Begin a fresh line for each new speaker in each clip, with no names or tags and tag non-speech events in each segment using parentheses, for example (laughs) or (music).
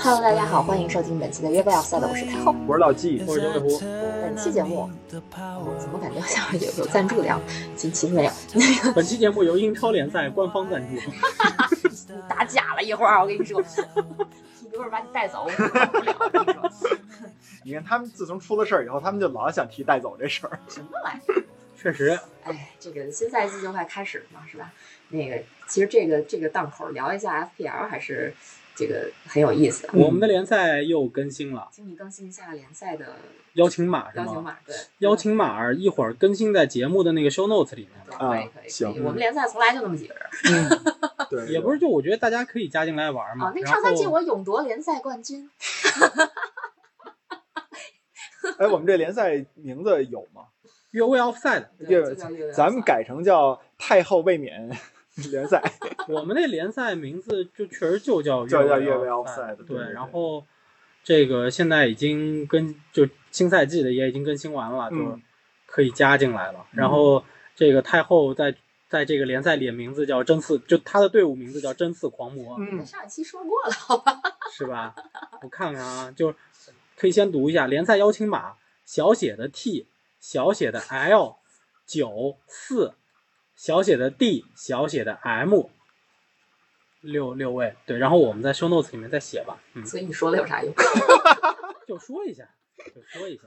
Hello，大家好，欢迎收听本期的约不了赛的，我是太后，
我是老纪，
嗯
我是钟卫夫。
本期节目，嗯怎么感觉像有有赞助聊？其其实没有，嗯
本期节目由英超联赛官方赞助。
打假了一会儿，我跟你说， (laughs) 一会儿把你带走，我 (laughs) 受不了我跟你说
(laughs) 你看他们自从出了事儿以后，他们就老想提带走这事儿。
什么玩意儿？
确实，
哎，这个新赛季就快开始了嘛，是吧？那个，其实这个这个档口聊一下 FPL 还是这个很有意思
嗯
的。
我们的联赛又更新了，
请你更新一下联赛的
邀请码是
邀请
吗？
码，对，
邀请码儿一会儿更新在节目的那个 show notes 里面。
对
啊
可以可以可
行
以。我们联赛从来就那么几个人。
(laughs) 对，
也不是，就我觉得大家可以加进来玩嘛
哦，。那
嗯然
上赛季
后
我勇夺联赛冠军，
(laughs) 哎，我们这联赛名字有吗？
越位 offside，
对
对
就叫六
咱们改成叫太后卫冕联赛。
(laughs) 我们那联赛名字就确实就叫
就叫
越
越位
offside，
offside，对对对
然后这个现在已经更就新赛季的也已经更新完了，
嗯
就可以加进来了。然后这个太后在在这个联赛里的名字叫真四，就他的队伍名字叫真四狂魔，
六
(laughs) 嗯，
上一期说过了，好吧？
是吧？我看看啊，就是可以先读一下联赛邀请码，小写的 T，小写的 L，九四，小写的 D，小写的 M，六六位，对，然后我们在 show notes 里面再写吧，嗯，
所以你说了有啥用？
就说一下，就说一下，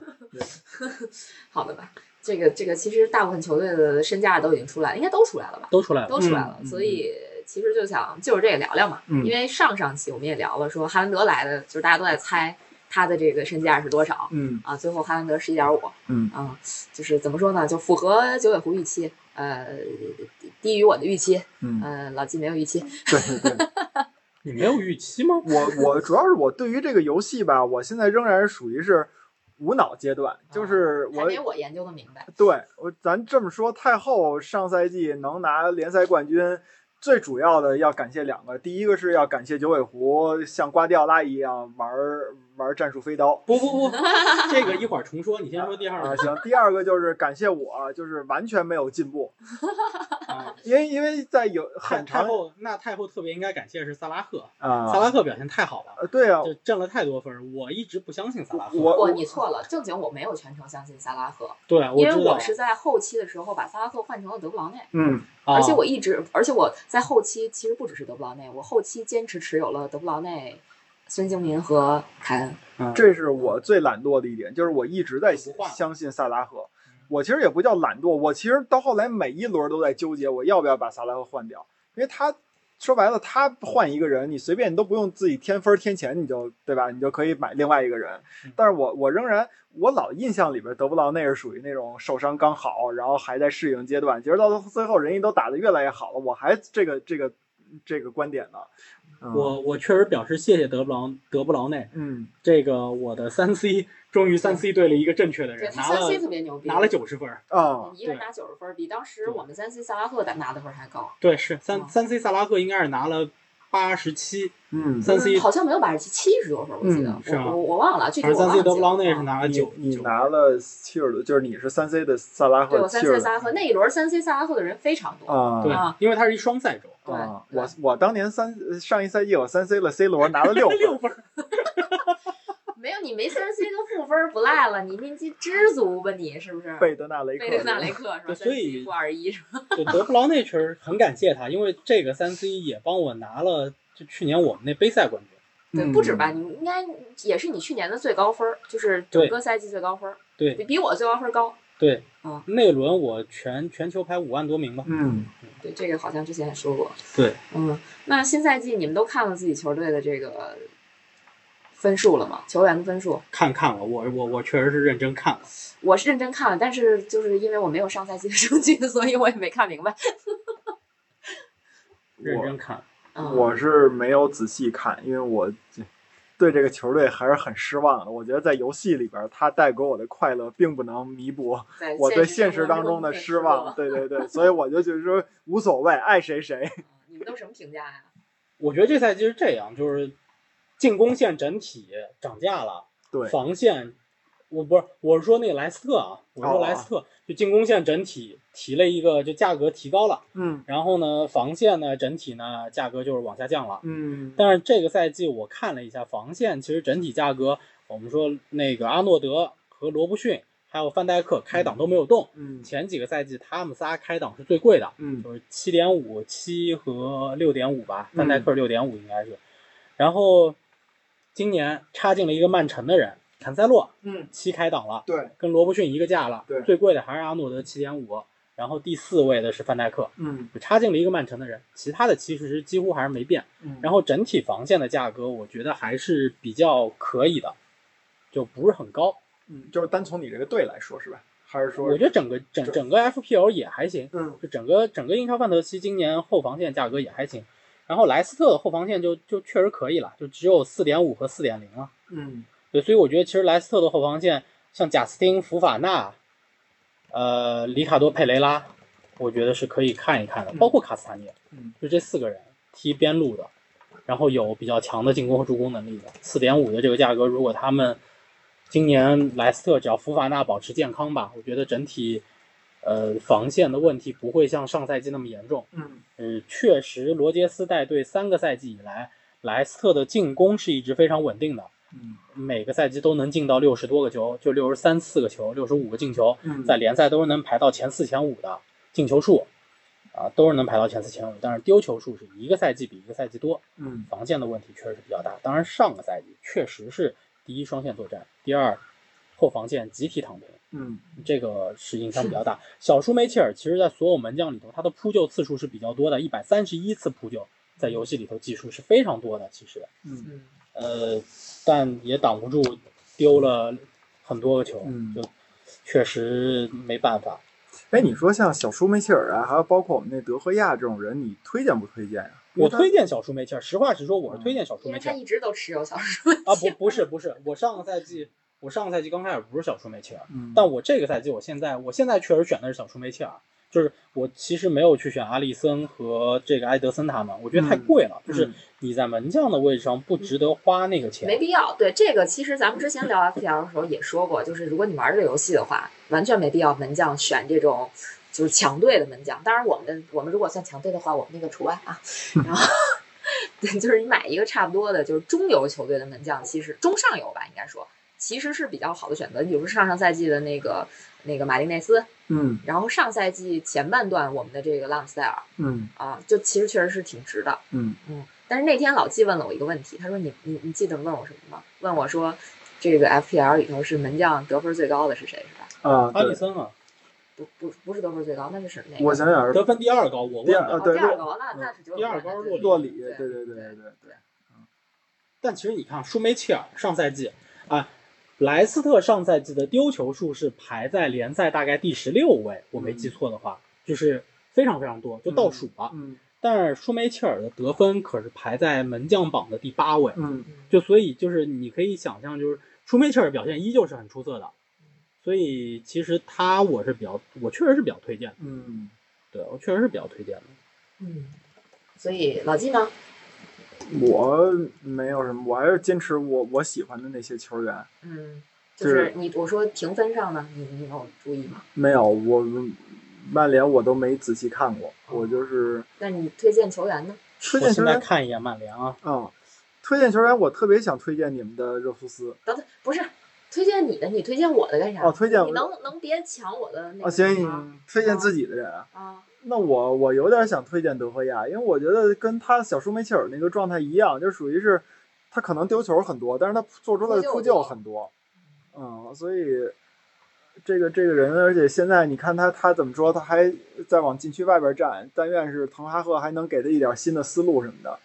好的吧？这个这个，其实大部分球队的身价都已经出来了，应该都出来了吧？
都出来了，
都出来了，
嗯
所以其实就想就是这个聊聊嘛，
嗯
因为上上期我们也聊了，说哈兰德来的，就是大家都在猜他的这个身价是多少
嗯
啊，最后哈兰德十一点五，
嗯
啊，就是怎么说呢，就符合九尾狐预期，呃，低于我的预期，
嗯，
呃，老季没有预期，
对对对，
你没有预期吗？
我我主要是我对于这个游戏吧，我现在仍然属于是无脑阶段，就是
还
我
没我研究的明白，
对我咱这么说，太后上赛季能拿联赛冠军，最主要的要感谢两个，第一个是要感谢九尾狐像瓜迪奥拉一样玩玩战术飞刀。
不不不，这个一会儿重说，你先说第二
啊，
个，
行。第二个就是感谢我，啊就是完全没有进步，
啊
因为因为在有
太
很
太
长
后那太后特别应该感谢的是萨拉赫，萨
啊，
拉赫表现太好了，
呃对啊，
哦
就挣了太多分儿，我一直不相信萨拉赫。
我
不，
我
你错了，正经我没有全程相信萨拉赫，
对，
因为
知道
我，是在后期的时候把萨拉赫换成了德布劳内。
嗯
啊
而且我一直，而且我在后期其实不只是德布劳内，我后期坚持持有了德布劳内、孙兴民和凯恩。
嗯
这是我最懒惰的一点，就是我一直在
不换了嗯
相信萨拉赫。我其实也不叫懒惰，我其实到后来每一轮都在纠结我要不要把萨拉赫换掉，因为他说白了，他换一个人，你随便你都不用自己添分添钱，你就对吧？你就可以买另外一个人
嗯。
但是我我仍然我老印象里边德布劳内是属于那种受伤刚好，然后还在适应阶段，结果到最后人家都打得越来越好了，我还这个这个这个观点呢。嗯
我我确实表示谢谢德布劳德布劳内，
嗯，
这个我的三 C 终于三 C 对了一个正确的
对
人，
他
拿
三 C
了
特别牛逼，
拿了九十分儿，
啊，
一个人
对
拿九十分，比当时我们三 C 萨拉赫的拿的分还高。
对，是三
嗯
三 C 萨拉赫应该是拿了八十七，
嗯，
三 C
嗯好像没有百分之七十多分，我记得，
嗯
是吗
我我我忘了，具嗯体
反
我
正三
忘
C
记
德布劳内
了
是拿了九，
你你
九
拿了七十多，就是你是三 C 的萨拉
对
赫，
我
七
三
十
C
多
萨拉赫那一轮三 C 萨拉赫的人非常多，
啊，
对
啊，
因为他是一双赛周，
对
啊，
对
我我当年三上一赛季我三 C 了 C 罗，拿了
嗯
六
(laughs)
分，
六分儿，
没有你没三 C 跟负分不赖了，你运气知足吧你是不是？
贝德纳雷克，
贝德纳雷克是吧？
对所以
负二一是吧？
对，德布劳内确实很感谢他，因为这个三 C 也帮我拿了就去年我们那杯赛冠军。
对，不止吧，你应该也是你去年的最高分儿，就是整个赛季最高分儿，
对
比比我最高分儿高。
对，
啊
那轮我全全球排五万多名吧。
嗯，
对，这个好像之前也说过。
对，
嗯，那新赛季你们都看了自己球队的这个分数了吗？球员的分数，
看看了，我我我确实是认真看了。
我是认真看了，但是就是因为我没有上赛季的数据， (laughs) 所以我也没看明白。
认真看，
嗯，
我是没有仔细看，因为我对这个球队还是很失望的。我觉得在游戏里边，他带给我的快乐并不能弥补
在
我对
现
现实当中的
太
失
了
望。。对对对，所以我就觉得说无所谓，爱谁谁。
嗯你们都什么评价啊呀？
我觉得这赛季是这样，就是进攻线整体涨价了，
对，
哦防线，我不是我是说那个莱斯特啊，我说莱斯特、就进攻线整体提了一个就价格提高了，
嗯
然后呢，防线呢整体呢价格就是往下降了。
嗯，
但是这个赛季我看了一下防线，其实整体价格，我们说那个阿诺德和罗布逊还有范戴克开档都没有动。
嗯
前几个赛季他们仨开档是最贵的，
嗯
就是七点五、七和六点五吧，
嗯
范戴克六点五应该是。然后今年插进了一个曼城的人坎塞洛，
嗯，
七开档了，
对，
跟罗伯逊一个价了
对。
最贵的还是阿诺德七点五，然后第四位的是范戴克，
嗯
插进了一个曼城的人，其他的其实几乎还是没变。
嗯，
然后整体防线的价格，我觉得还是比较可以的，就不是很高。
嗯，就是单从你这个队来说是吧？还是说
我觉得整个整整个 FPL 也还行，
嗯
就整个整个英超范特西今年后防线价格也还行，然后莱斯特的后防线就就确实可以了，就只有四点五和四点零了。
嗯
对，所以我觉得其实莱斯特的后防线，像贾斯汀、福法纳，呃，里卡多、佩雷拉，我觉得是可以看一看的，
嗯
包括卡斯塔尼亚，
嗯，
就这四个人踢边路的，然后有比较强的进攻和助攻能力的，四点五的这个价格，如果他们今年莱斯特只要福法纳保持健康吧，我觉得整体。呃，防线的问题不会像上赛季那么严重。
嗯
呃，确实，罗杰斯带队三个赛季以来，莱斯特的进攻是一直非常稳定的。
嗯
每个赛季都能进到六十多个球，就六十三四个球，六十五个进球，
嗯，
在联赛都是能排到前四前五的进球数，啊，都是能排到前四前五。但是丢球数是一个赛季比一个赛季多，
嗯
防线的问题确实是比较大。当然，上个赛季确实是第一双线作战，第二后防线集体躺平，
嗯
这个是影响比较大。小舒梅切尔其实在所有门将里头，他的扑救次数是比较多的，一百三十一次扑救，在游戏里头技术是非常多的，其实。
嗯
嗯，
呃，但也挡不住丢了很多个球，
嗯
就确实没办法。
哎，你说像小舒梅切尔啊，还有包括我们那德赫亚这种人，你推荐不推荐呀、因为
我
他嗯
推荐小舒梅切尔，实话实说，我是推荐小舒
因为
梅
他
切尔
一直都持有小说
啊，不不是不是，我上个赛季我上个赛季刚开始不是小舒梅切尔，
嗯，
但我这个赛季我现在我现在确实选的是小舒梅切尔，就是我其实没有去选阿利森和这个埃德森他们，我觉得太
嗯
贵了，
嗯
就是你在门将的位置上不值得花那个钱，
没必要。对这个，其实咱们之前聊 FPL 的时候也说过，就是如果你玩这个游戏的话，完全没必要门将选这种就是强队的门将。当然，我们的我们如果算强队的话，我们那个除外啊。然后，对，就是你买一个差不多的，就是中游球队的门将，其实中上游吧，应该说其实是比较好的选择。你比如上上赛季的那个那个马丁内斯，
嗯
然后上赛季前半段我们的这个朗斯戴尔
嗯
啊，就其实确实是挺值的。
嗯
嗯，但是那天老纪问了我一个问题，他说你你你记得问我什么吗？问我说这个 FPL 里头是门将得分最高的是谁是吧？
啊，
阿里
对，
森啊
不不不是得分最高，那就是哪个？
我想想是
得分第二高，我问
第二
的
啊
哦，
对
第二
洛
高，那
嗯
那是九
第二高是洛
洛
洛
里，对
对
对对对对对，
但其实你看，舒梅切尔上赛季啊，莱斯特上赛季的丢球数是排在联赛大概第十六位，我没记错的话，就是非常非常多，就倒数了。
嗯
但是舒梅切尔的得分可是排在门将榜的第八位，
嗯
就所以就是你可以想象，就是舒梅切尔表现依旧是很出色的，所以其实他我是比较，我确实是比较推荐的，
嗯，
对我确实是比较推荐的。
嗯，所以老纪呢？
我没有什么，我还是坚持我我喜欢的那些球员。
嗯，
就
就是是你我说评分上呢，你你有注意吗？
没有，我曼联我都没仔细看过，我就是
那你推荐球员呢？
推
我
荐
现
球
在
员
看一眼曼联啊，
啊，推荐球员，我特别想推荐你们的热苏斯
等等，不是推荐你的，你推荐我的干啥？
哦，推荐
你能能别抢我的那
啊，
个
行，
吗
你推荐自己的人啊。
啊，
那我我有点想推荐德赫亚，因为我觉得跟他小舒梅切尔那个状态一样，就属于是他可能丢球很多，但是他做出的扑救很多，嗯，所以这个这个人，而且现在你看他他怎么说，他还在往禁区外边站，但愿是滕哈赫还能给他一点新的思路什么的。
嗯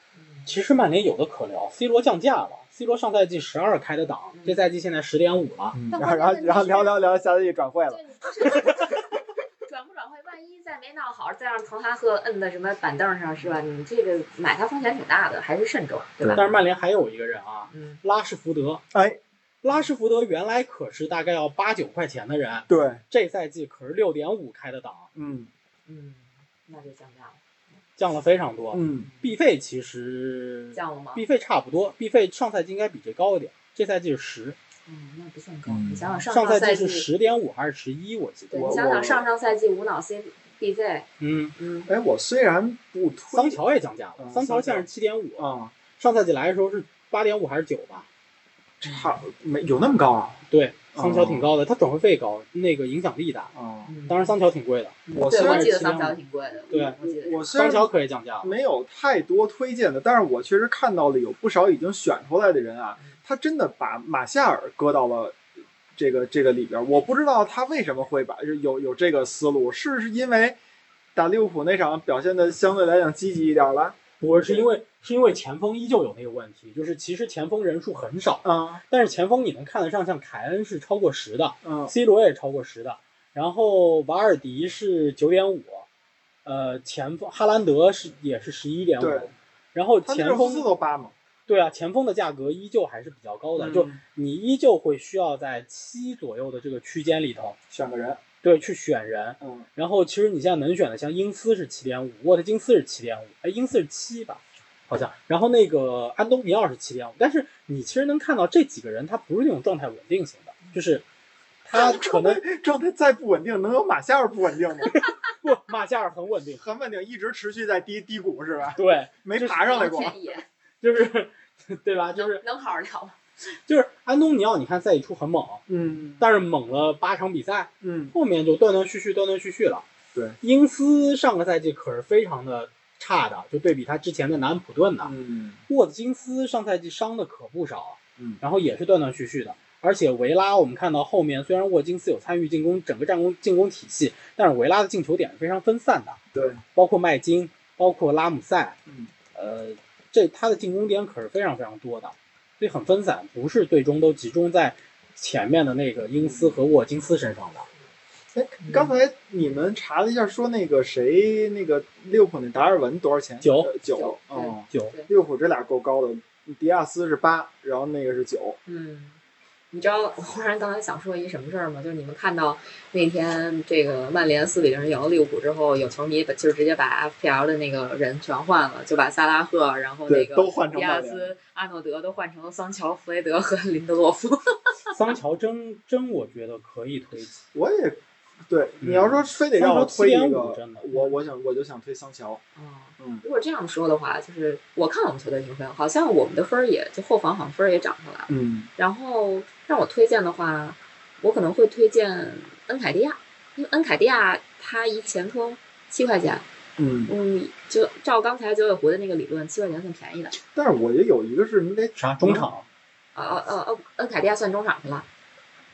其实曼联有的可聊，C 罗降价了，C 罗上赛季十二开的档，这赛季现在十点五了。
但
然后然后然后聊聊聊，下赛季转会了
对，，你不是转不转会，万一再没闹好，再让滕哈赫摁在什么板凳上是吧？你这个买他风险挺大的，还是慎重，对吧？
但是曼联还有一个人啊，
嗯，
拉什福德。
哎，
拉什福德原来可是大概要八九块钱的人，
对，
这赛季可是六点五开的档，
嗯
嗯，那就降价了，
降了非常多。
嗯
必费其实
降了吗？
必费差不多，必费上赛季应该比这高一点，这赛季是十。
嗯，那不算高。
嗯
你想想
上
上
赛
季
是，十点五还是十一？我记得
对，
我
你想想上上赛季无脑 CBZ，
嗯，
嗯，
哎，我虽然不推
桑乔也降价了，
嗯
桑乔现在是七点五，
啊，
上赛季来的时候是八点五还是九吧？
差没有那么高啊
对，桑乔挺高的，他转会费高，那个影响力大。
啊！
嗯
当然，桑乔挺贵的，
我虽
对，我
然
记得
是
桑
这样
乔挺贵的，
对
我记得
我虽
桑
然嗯
乔可以降价了。
没有太多推荐的，但是我确实看到了有不少已经选出来的人啊，他真的把马夏尔搁到了这个这个里边儿。我不知道他为什么会把有有这个思路，是是因为打利物浦那场表现的相对来讲积极一点儿了
我是因为是因为前锋依旧有那个问题，就是其实前锋人数很少，
啊
但是前锋你能看得上，像凯恩是超过十的
嗯
，C 罗也超过十的，然后瓦尔迪是九点五，呃，前锋哈兰德是也是十一点
对
五，然后
他那
前
热苏斯
锋
都八嘛，
对啊，前锋的价格依旧还是比较高的，就
嗯
你依旧会需要在七左右的这个区间里头，
选个人，
对，去选人，
嗯
然后其实你现在能选的，像英斯是七点五，沃特金斯是七点五，哎，英斯是七吧，好
嗯
像。然后那个安东尼奥是七点五，但是你其实能看到这几个人，他不是那种状态稳定型的，就是他可能
状态再不稳定，能有马夏尔不稳定吗？
不马夏尔很稳定，
很稳定，一直持续在低低谷是吧？
对，
没爬上来过。
王天野
就是对吧？就是
能能好好聊吗？
就是安东尼奥，你看赛季初很猛，
嗯
但是猛了八场比赛，
嗯，
后面就断断续续，断断续续了。
对，
英斯上个赛季可是非常的差的，就对比他之前的南安普顿呢。
嗯
沃特金斯上赛季伤的可不少，
嗯
然后也是断断续续的。而且维拉，我们看到后面虽然沃金斯有参与进攻整个战攻进攻体系，但是维拉的进球点是非常分散的，
对，
包括麦金，包括拉姆塞，
嗯，
呃，这他的进攻点可是非常非常多的，所以很分散，不是最终都集中在前面的那个英斯和沃金斯身上的。
哎，刚才你们查了一下，说那个谁，那个利物浦那达尔文多少钱？
九
呃九
九。
哦，
就
利物浦这俩够高的，迪亚斯是八，然后那个是九。
嗯，你知道我忽然刚才想说一什么事儿吗？就是你们看到那天这个曼联四比零赢了利物浦之后，有球迷把就直接把 FPL 的那个人全换了，就把萨拉赫，然后那
对都
个
换成
迪
曼
亚
联
斯、阿诺德都换成了桑乔、弗雷德和林德洛夫。 (laughs)
桑乔真真，我觉得可以推荐。
我也，对，
嗯
你要说非得让我推一
桑乔7.5
个
真的，
我我想我就想推桑乔。
哦
嗯
如果这样说的话，就是我看我们球队评分，好像我们的分儿也就后防好像分儿也涨上来了。
嗯
然后让我推荐的话，我可能会推荐恩凯迪亚，因为恩凯迪亚他一前锋七块钱，
嗯，
嗯，就照刚才九尾狐的那个理论，七块钱算便宜的。
但是我觉得有一个是你得，
啥中场？
呃呃呃，恩凯迪亚算中场去了。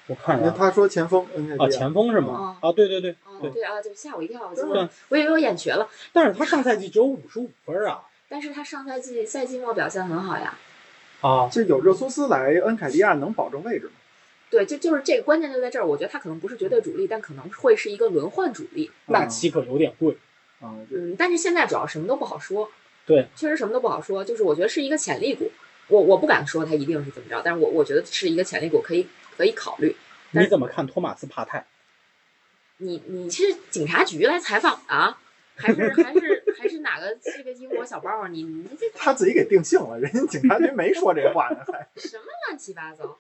我看
因为
看
他说前锋，嗯，
啊，前锋是吗？啊，对对对，
哦，
对
对啊，就吓我一跳，就
对
我我以为我眼瘸了。
但是他上赛季只有五十五分啊
但是他上赛季赛季末表现很好呀。
啊！
这有热苏斯来，恩凯迪亚能保证位置吗？
对，就就是这个关键就在这儿，我觉得他可能不是绝对主力，但可能会是一个轮换主力。
纳奇可有点贵，
啊，这
嗯，但是现在主要什么都不好说。
对，
确实什么都不好说，就是我觉得是一个潜力股，我我不敢说它一定是怎么着，但是我我觉得是一个潜力股，可以可以考虑。
你怎么看托马斯帕泰？
你你是警察局来采访的、啊，还是还是还是哪个是个英国小报？你你这
他自己给定性了， (laughs) 人家警察局没说这话呢。还
什么乱七八糟？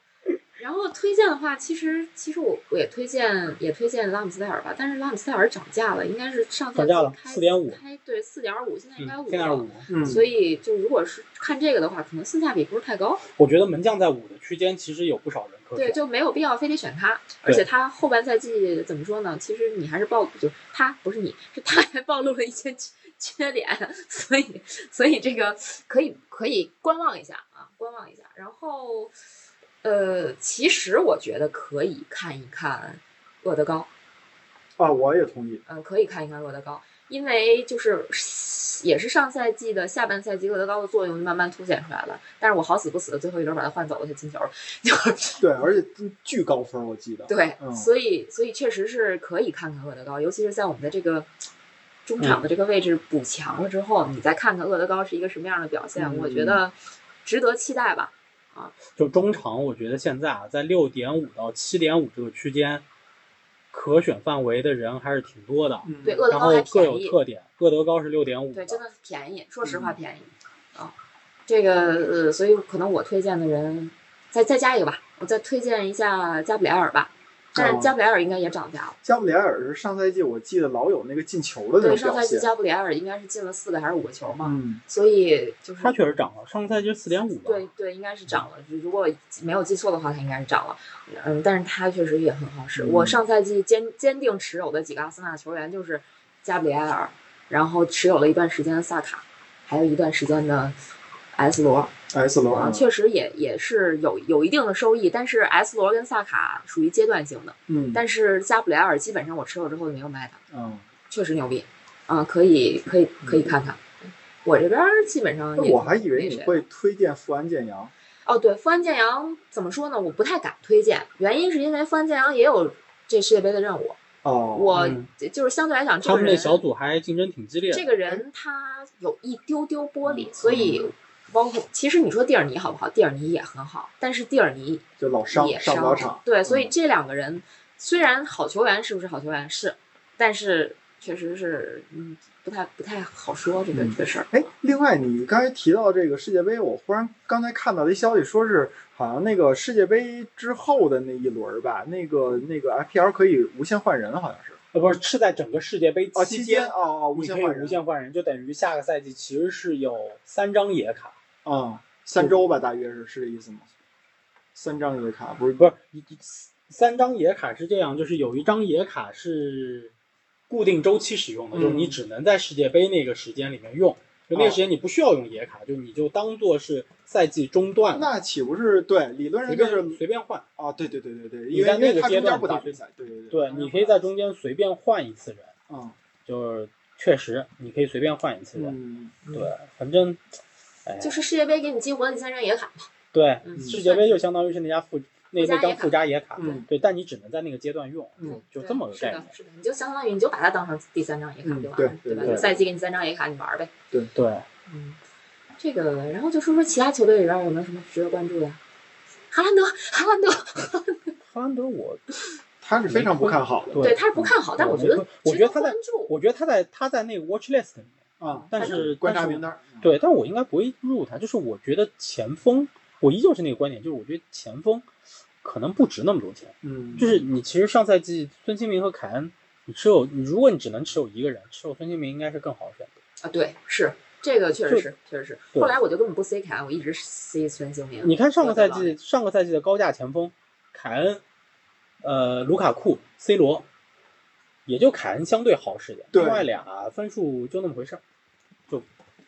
然后推荐的话，其实其实我我也推荐也推荐拉姆斯戴尔吧，但是拉姆斯戴尔涨价了，应该是上赛
涨
季
价了
开
4.5
开对四点五，现在应该
嗯，
五、
现在是五，
(laughs) 嗯
所以就如果是看这个的话，可能性价比不是太高，
我觉得门将在五的区间其实有不少人可
对，
选。
就没有必要非得选他。而且他后半赛季怎么说呢？其实你还是暴，就他不是你，是他还暴露了一些缺缺点，所以所以这个可以可以观望一下啊，观望一下。然后，呃，其实我觉得可以看一看厄德高，
啊，我也同意。
嗯、可以看一看厄德高，因为就是也是上赛季的下半赛季厄德高的作用慢慢凸显出来了。但是我好死不死最后一轮把他换走了，他进球了，就
对，而且巨高分，我记得。
对，
嗯
所以所以确实是可以看看厄德高，尤其是在我们的这个中场的这个位置补强了之后，你再看看厄德高是一个什么样的表现，
嗯
我觉得值得期待吧。
就中场，我觉得现在啊，在六点五到七点五这个区间，可选范围的人还是挺多的。
嗯
对，厄德
然
高
后
还
各
便
有
宜，
特点，厄德高是六点五，
对，真的是便宜，说实话
嗯
便宜啊。这个呃，所以可能我推荐的人再再加一个吧，我再推荐一下加布里埃尔吧，但
哦
是加布里埃尔应该也涨价了。
加布里埃尔是上赛季我记得老有那个进球的那
对，
种
上
表
赛季
现，
加布里埃尔应该是进了四个还是五个球嘛，
嗯，
所以就是
他确实涨了，上赛季四点五吧。
对对，应该是涨了。如如果没有记错的话，它应该是涨了。嗯，但是它确实也很好使。我
嗯
上赛季坚坚定持有的几个阿森纳球员就是加布里埃尔，然后持有了一段时间的萨卡，还有一段时间的埃斯罗。
，S 罗
啊，
啊，
确实也也是有有一定的收益，但是埃斯罗跟萨卡属于阶段性的。
嗯，
但是加布里埃尔基本上我持有之后就没有卖它。
嗯，
确实牛逼，啊、可以可以可以看看。我这边儿基本上
那
也，
我还以为
那
你
谁
会推荐富安健洋，
哦，对，富安健洋怎么说呢？我不太敢推荐，原因是因为富安健洋也有这世界杯的任务，
哦，
我、
嗯
就是相对来讲，这
他
个
们那
人
小组还竞争挺激烈的。
这个人他有一丢丢玻
嗯
璃，所以包括其实你说蒂尔尼好不好？蒂尔尼也很好，但是蒂尔尼
就老伤
也
上不了场，嗯
对，
嗯
所以这两个人虽然好球员是不是好球员是，但是确实是嗯不太不太好说这
嗯
个、这个事儿。
哎，另外你刚才提到这个世界杯，我忽然刚才看到的一消息，说是好像那个世界杯之后的那一轮儿吧，那个那个 FPL 可以无限换人，好像是
呃，不是，是在整个世界杯
哦，
期
间哦哦，无
你
限
可以
换人
无限换人，就等于下个赛季其实是有三张野卡，
啊、嗯，三周吧，大约是是这意思吗？三张一个卡不是
不是一一三张野卡是这样，就是有一张野卡是固定周期使用的，
嗯
就是你只能在世界杯那个时间里面用，就那
哦
个时间你不需要用野卡，就你就当做是赛季中断了，
那岂不是对理论上
随
就
便
是
随便换。
啊、对对对对对，
你
因为
在
因
那
为
个
他
阶
中间
段
不打
打
比赛，对对
对，你可以在中间随便换一次人，
嗯
就是确实你可以随便换一次人。
嗯
对，反正，哎呀，
就是世界杯给你激活的第三张野卡嘛，
对
嗯
世界杯就相当于是那家附那
附加
那张
野卡
附加野卡，
嗯
对，但你只能在那个阶段用。
嗯
就这么个
对
概
是
念
的，是的，你就相当于你就把它当成第三张野卡
嗯
就完
对
了，
对
吧？
对
就赛季给你三张野卡，你玩儿呗。
对，
嗯，这个，然后就说说其他球队里边有没有什么值得关注的？哈兰德，哈兰德，
哈兰德我
他是非常不看好的，
对
对他是不看好，但
我
我觉得
没我觉得他在
关注。
我觉得他在他在那个 watch list 里面，
啊、
但
他就是
观察
但是
名单儿，嗯
对，但我应该不会入他。就是我觉得前锋，我依旧是那个观点，就是我觉得前锋可能不值那么多钱。
嗯，
就是你其实上赛季孙兴民和凯恩，你持有，你如果你只能持有一个人，持有孙兴民应该是更好的选择。
啊，对，是这个确实，
就是
确实是。
对
后来我就根本不塞凯恩，我一直塞孙兴民。
你看上个赛
我的
季上个赛季的高价前锋，凯恩、呃卢卡库、C 罗，也就凯恩相对好使点，
对
另外俩分数就那么回事儿，就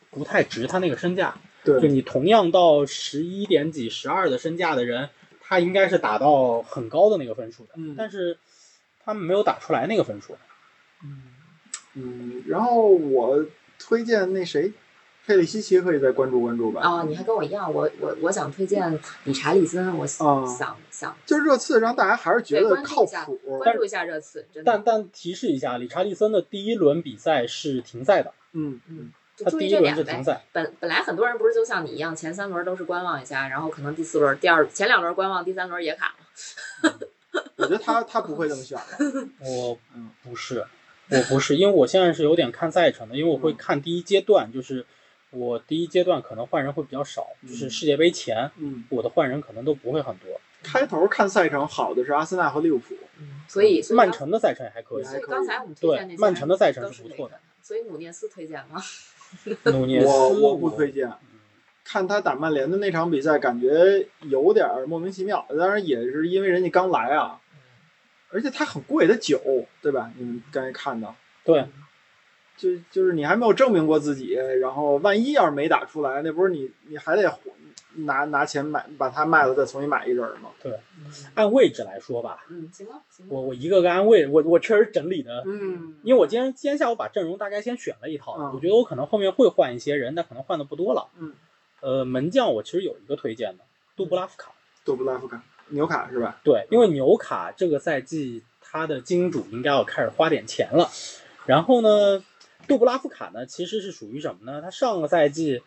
不太值他那个身价。就
对
你同样到十一点几、十二的身价的人，他应该是打到很高的那个分数的，
嗯
但是他们没有打出来那个分数。
嗯，然后我推荐那谁，佩里西奇可以再关注关注吧。
啊，你还跟我一样，我我我想推荐理查利森，我
哦
啊
想想
就热刺让大家还是觉
对
得
关注
靠
一下
谱，
关注一下热刺，真
但
的，
但提示一下，理查利森的第一轮比赛是停赛的，
嗯
嗯，就
他
注
第
意
一
这
轮
点
是
呗
停。赛。
本本来很多人不是就像你一样，前三轮都是观望一下，然后可能第四轮、第二前两轮观望，第三轮也卡了。
我觉得他他不会这么
(laughs)
选了。
我
嗯
不是，我不是，因为我现在是有点看赛程的，因为我
嗯
会看第一阶段，就是我第一阶段可能换人会比较少，就是
嗯
世界杯前
嗯，
我的换人可能都不会很多。
开头看赛程好的是阿森纳和利物浦，
嗯，所以所以
曼
刚
城的赛程还可以，
所以刚才我们推荐那
对
些，
曼城的赛程
都
是
是
不
那
错的。
个。所以努涅斯推
(laughs)
荐吗？
(laughs)
努涅斯，
我我不推荐。
嗯。
看他打曼联的那场比赛，感觉有点儿莫名其妙，当然也是因为人家刚来啊，而且他很贵的酒，对吧？你们刚才看到，
对，
就就是你还没有证明过自己，然后万一要是没打出来，那不是你你还得拿拿钱买把它卖了再重新买一人儿吗？
按位置来说吧，
嗯，行吧，行吧。
嗯我我一个个按位，我我确实整理的，
嗯
因为我今天今天下午把阵容大概先选了一套，
嗯
我觉得我可能后面会换一些人，但可能换的不多了。
嗯，
呃，门将我其实有一个推荐的，杜布拉夫卡。
杜布拉夫卡、纽卡是吧？
对，因为纽卡这个赛季他的金主应该要开始花点钱了。然后呢，杜布拉夫卡呢其实是属于什么呢？他上个赛季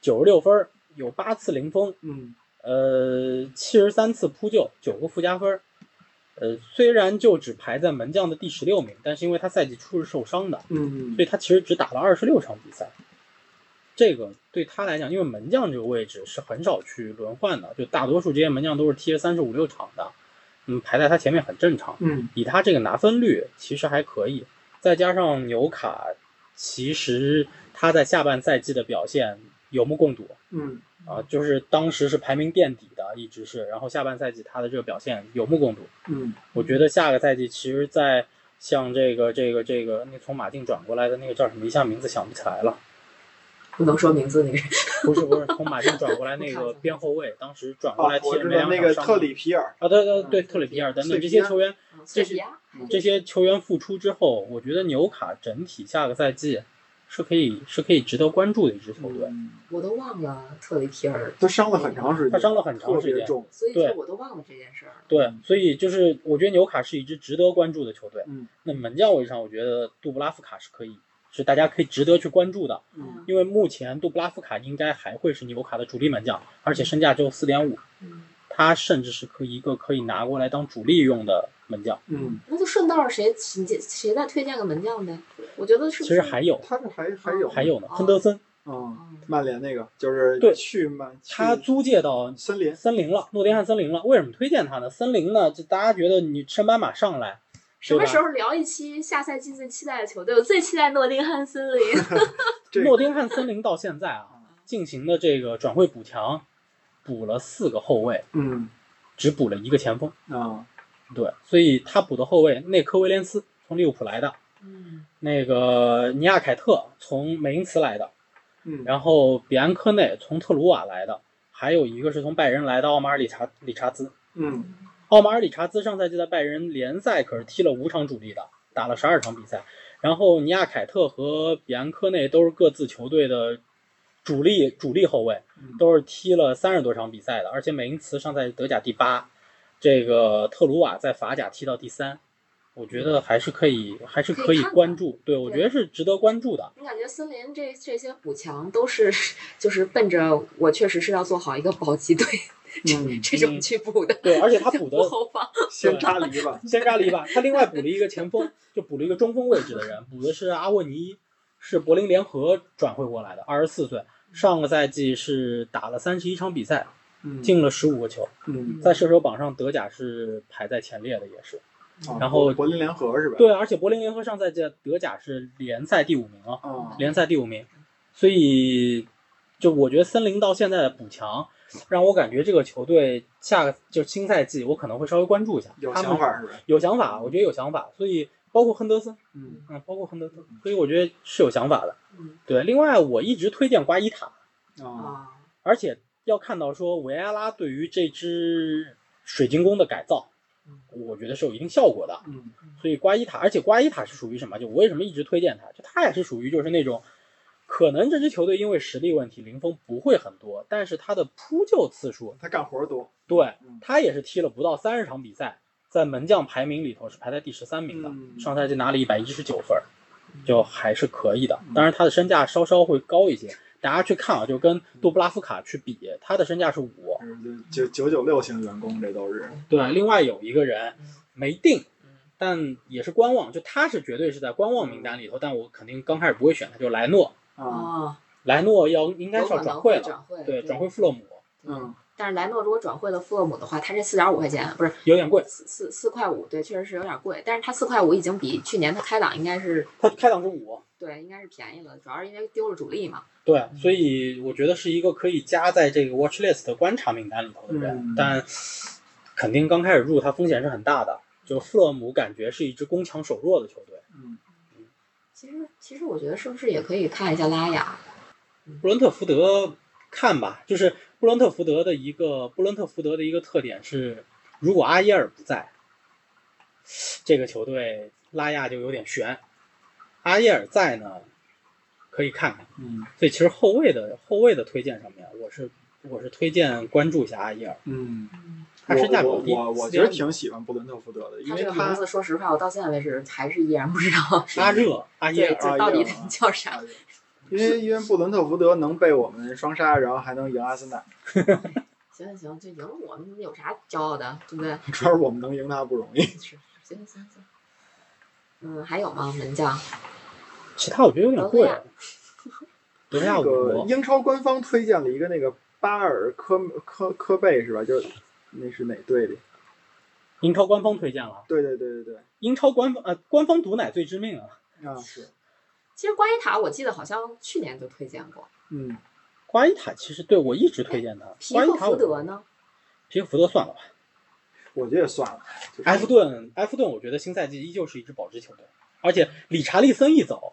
九十六分儿，有八次零封，
嗯
呃，七十三次扑救，九个附加分儿。呃，虽然就只排在门将的第十六名，但是因为他赛季初是受伤的，
嗯
所以他其实只打了二十六场比赛。这个对他来讲，因为门将这个位置是很少去轮换的，就大多数这些门将都是踢了三十五六场的，嗯，排在他前面很正常。
嗯，
以他这个拿分率其实还可以，再加上纽卡，其实他在下半赛季的表现有目共睹
嗯，
啊，就是当时是排名垫底的，一直是，然后下半赛季他的这个表现有目共睹。
嗯，
我觉得下个赛季其实，在像这个这个这个那从马竞转过来的那个叫什么，一下名字想不起来了，
不能说名字那个人。
不是不是从马竞转过来那个边后卫，当时转过来
啊，
踢
我
了
知
没
道
两
那
场
个
伤
特里嗯皮尔，
啊，对对对，特里皮尔等等这些球员。
这是呀，
嗯
这些球员复出之后，我觉得纽卡整体下个赛季是可以是可以值得关注的一支球队。
嗯
我都忘了特雷皮尔，
他伤了很长时间，
他伤了很长时
特别
间
重，
所以说
对
我都忘了这件事儿。
对，所以就是我觉得纽卡是一支值得关注的球队。
嗯，
那门将位置上，我觉得杜布拉夫卡是可以是大家可以值得去关注的，
嗯
因为目前杜布拉夫卡应该还会是纽卡的主力门将，而且身价只有四点五，
嗯，
他甚至是可以一个可以拿过来当主力用的门将。
嗯，
那就顺道儿谁谁谁再推荐个门将呗？我觉得是
其
不是
实还有
他这还还有
啊还有呢，
哦
亨德森
嗯，
嗯
曼联那个就是
对
去曼
他
去
租借到
森林，
森林了，诺丁汉森林了。为什么推荐他呢？森林呢，就大家觉得你升班马上来，
什么时候聊一期下赛季最期待的球队？我最期待诺丁汉森林。
这个
诺丁汉森林到现在啊，进行的这个转会补强，补了四个后卫，
嗯
只补了一个前锋。
啊，
对，所以他补的后卫内科威廉斯从利物浦来的，
嗯
那个尼亚凯特从美因茨来的，
嗯，
然后比安科内从特鲁瓦来的，还有一个是从拜仁来的奥马尔理查理查兹。
嗯
奥马尔里查兹上赛季在拜仁联赛可是踢了五场主力的，打了十二场比赛。然后尼亚凯特和比安科内都是各自球队的主力主力后卫，
嗯
都是踢了三十多场比赛的。而且美因茨上赛季德甲第八，这个特鲁瓦在法甲踢到第三，我觉得还是可以，还是可以关注。对，我觉得是值得关注的。
你感觉森林这这些补强都是 (laughs) 就是奔着我确实是要做好一个保级队
(laughs)
嗯，
这种去补的，
对，而且他
就
补的
不 (laughs) 后防。
先扎篱笆，
(laughs) 先扎篱笆，他另外补了一个前锋，就补了一个中锋位置的人，补的是阿沃尼，是柏林联合转会过来的，二十四岁，上个赛季是打了三十一场比赛，
嗯
进了十五个球，
嗯，
在射手榜上德甲是排在前列的，也是。
啊
然后
柏林联合是吧？
对，而且柏林联合上赛季的德甲是联赛第五名啊，
啊，
联赛第五名，所以就我觉得森林到现在的补强，让我感觉这个球队下个就是新赛季我可能会稍微关注一下，
有
他们
想法是吧？
有想法，我觉得有想法，所以包括亨德森，
嗯
嗯，包括亨德森，所以我觉得是有想法的。
嗯
对，另外我一直推荐瓜伊塔，
啊，
啊，
而且要看到说维埃拉对于这支水晶宫的改造
嗯，
我觉得是有一定效果的。
嗯
所以瓜伊塔，而且瓜伊塔是属于什么？就我为什么一直推荐他，就他也是属于就是那种，可能这支球队因为实力问题零封不会很多，但是他的扑救次数
他干活多，
对
嗯
他也是踢了不到三十场比赛，在门将排名里头是排在第十三名的，
嗯
上赛季拿了一百一十九分儿，就还是可以的
嗯。
当然他的身价稍稍会高一些，大家去看啊，就跟杜布拉夫卡去比，他的身价是五。
就九九六型员工，这都是
对，另外有一个人
嗯
没定
嗯，
但也是观望，就他是绝对是在观望名单里头，但我肯定刚开始不会选他，就莱诺，
啊，
啊，
莱诺要应该
有
是
可
要
能
转会了，
转会，
对，转会富勒姆
嗯
但是莱诺如果转会了富勒姆的话，他这四点五块钱不是
有点贵，
四四四块五，对，确实是有点贵。但是他四块五已经比去年他开档应该是
他开档是五，
对，应该是便宜了，主要是因为丢了主力嘛。
对，所以我觉得是一个可以加在这个 watch list 的观察名单里头的人，
嗯
但肯定刚开始入他风险是很大的。就富勒姆感觉是一支攻强守弱的球队，
嗯
其实，其实我觉得是不是也可以看一下拉雅？
布伦特福德看吧，就是布伦特福德的一个布伦特福德的一个特点是，如果阿耶尔不在，这个球队拉亚就有点悬。阿耶尔在呢，可以看看。
嗯
所以其实后卫的后卫的推荐上面，我是我是推荐关注一下阿耶尔，
嗯，
他
我
身价比
我
较低，
我我
4.5
其实挺喜欢布伦特福德的，因
他
为
这个
他
名字，说实话，我到现在为止还是依然不知道
阿热阿耶
对，
尔，
就到底
阿耶尔啊
叫啥？
因为因为布伦特福德能被我们双杀，然后还能赢阿森纳，
行行行，就赢了我们有啥骄傲的，对不对？
主要是我们能赢他不容易。
是行行行行。嗯，还有吗？门将
其他我觉得有点贵
德赫亚。
德佩亚
那个
五，
呃英超官方推荐了一个那个巴尔科科科贝是吧？就是那是哪队的？
英超官方推荐了，
对对对对对，
英超官方呃官方毒奶最致命啊！
啊是，
其实瓜伊塔我记得好像去年就推荐过，
嗯，
瓜伊塔其实对我一直推荐他，
皮
瓜伊
克
塔
福
我
德呢？
皮克福德算了吧，
我觉得也算了。就是
埃弗顿埃弗顿我觉得新赛季依旧是一支保级球队，而且理查利森一走，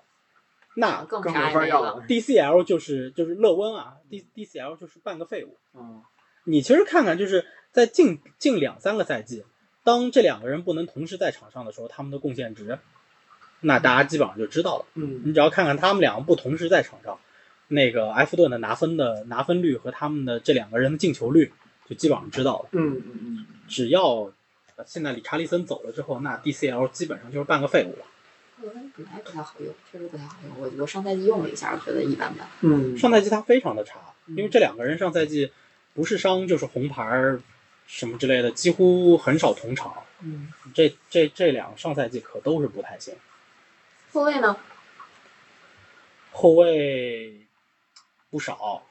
那
更
更
啥
没
也
法
没
要
了。
了。
DCL 就是就是勒温啊，D DCL 就是半个废物。
嗯，
你其实看看，就是在近近两三个赛季，当这两个人不能同时在场上的时候，他们的贡献值，那大家基本上就知道了。
嗯，
你只要看看他们两个不同时在场上，那个埃弗顿的拿分的拿分率和他们的这两个人的进球率，就基本上知道了。
嗯嗯嗯，
只要呃现在理查利森走了之后，那 DCL 基本上就是半个废物了。
我本来不太好用，确实不太好用。我我上赛季用了一下，我觉得一般般。
嗯，
上赛季他非常的差，
嗯
因为这两个人上赛季不是伤就是红牌儿什么之类的，几乎很少同场。
嗯，
这这这两个上赛季可都是不太行。
后卫呢？
后卫不少，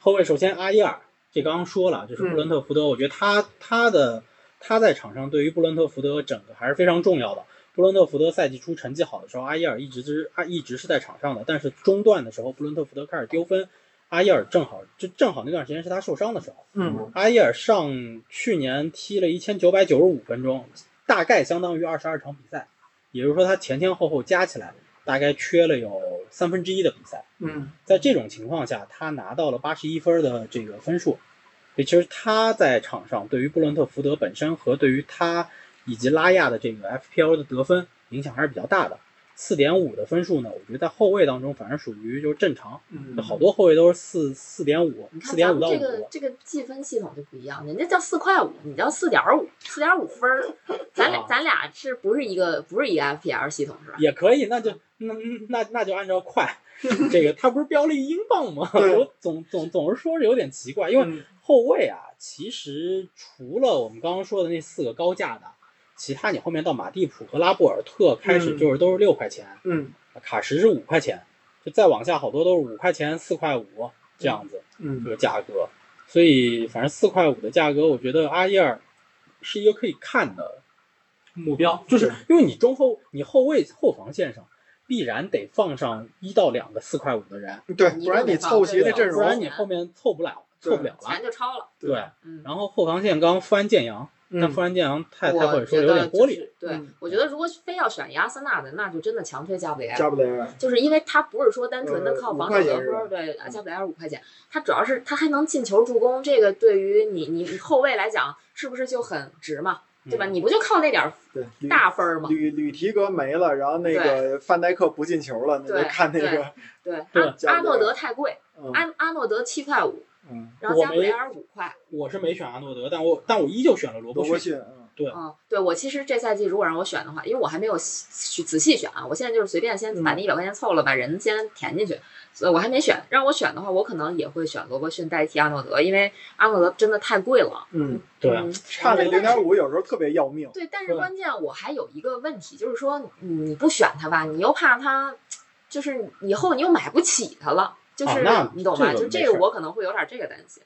后卫首先阿耶尔，这刚刚说了，就是布伦特福德，我觉得他他的他在场上对于布伦特福德整个还是非常重要的。布伦特福德赛季初成绩好的时候，阿耶尔一直是啊一直是在场上的，但是中段的时候，布伦特福德开始丢分，阿耶尔正好就正好那段时间是他受伤的时候，
嗯
阿耶尔上去年踢了一千九百九十五分钟，大概相当于二十二场比赛，也就是说他前前后后加起来大概缺了有三分之一的比赛。
嗯
在这种情况下，他拿到了八十一分的这个分数，也其实他在场上对于布伦特福德本身和对于他以及拉亚的这个 FPL 的得分影响还是比较大的。四点五的分数呢，我觉得在后卫当中反而属于就是正常，
嗯，
就好多后卫都是四四点五
你，看咱
四点五啊
们
到
这
五。
个这个计分系统就不一样，人家叫四块五，你叫四点五，四点五分儿。咱俩
啊
咱俩是不是一个不是一个 FPL 系统是吧？
也可以，那就那那那就按照
(laughs)
快，这个他不是标了一英镑吗？ (laughs)
对
我总总总是说是有点奇怪，因为
嗯
后卫啊，其实除了我们刚刚说的那四个高价的，其他你后面到马蒂普和拉波尔特开始
嗯
就是都是六块钱，
嗯
卡什是五块钱，就再往下好多都是五块钱、四块五这样子这
嗯
个价格，所以反正四块五的价格，我觉得阿耶尔是一个可以看的目标，就是
对
因为你中后你后卫后防线上必然得放上一到两个四块五的人，
对，不然你凑齐这阵
不
容，
然你后面凑不了，凑不了了
钱。就超了。
对，
嗯，
然后后防线刚刚富安建阳，但富
嗯
安建阳太太
我
会说
觉
有
得
点
就
玻璃，
是对
嗯，
我觉得如果非要选一阿森纳的，那就真的强推加布里埃尔。
加不来，
就是因为他不是说单纯的靠防守得分
呃
儿，对，
嗯
加布莱尔五块钱，他主要是他还能进球助攻，这个对于你你你后卫来讲，是不是就很值嘛？对吧？
嗯
你不就靠那点儿
对，吕
大分儿吗？
吕吕提格没了，然后那个范戴克不进球了，那
对
就看那个，
对，
对
阿
加布莱尔
阿诺德太贵，
嗯
阿阿诺德七块五，
嗯，
然后加布莱尔五块。
我是没选阿诺德，但我但我依旧选了罗
罗
伯
伯
逊。
逊，嗯
嗯，对我其实这赛季如果让我选的话，因为我还没有细仔细选啊，我现在就是随便先
嗯
把那一百块钱凑了，把人先填进去，所以我还没选。让我选的话，我可能也会选罗伯逊代替阿诺德，因为阿诺德真的太贵了。
嗯，
对，
嗯，
差那零点五有时候特别要命，
对，但是
对
关键我还有一个问题，就是说嗯你不选他吧，你又怕他，就是以后你又买不起他了，就是、
啊那
你懂吧？
这个
就这
没
个
事儿
我可能会有点这个担心。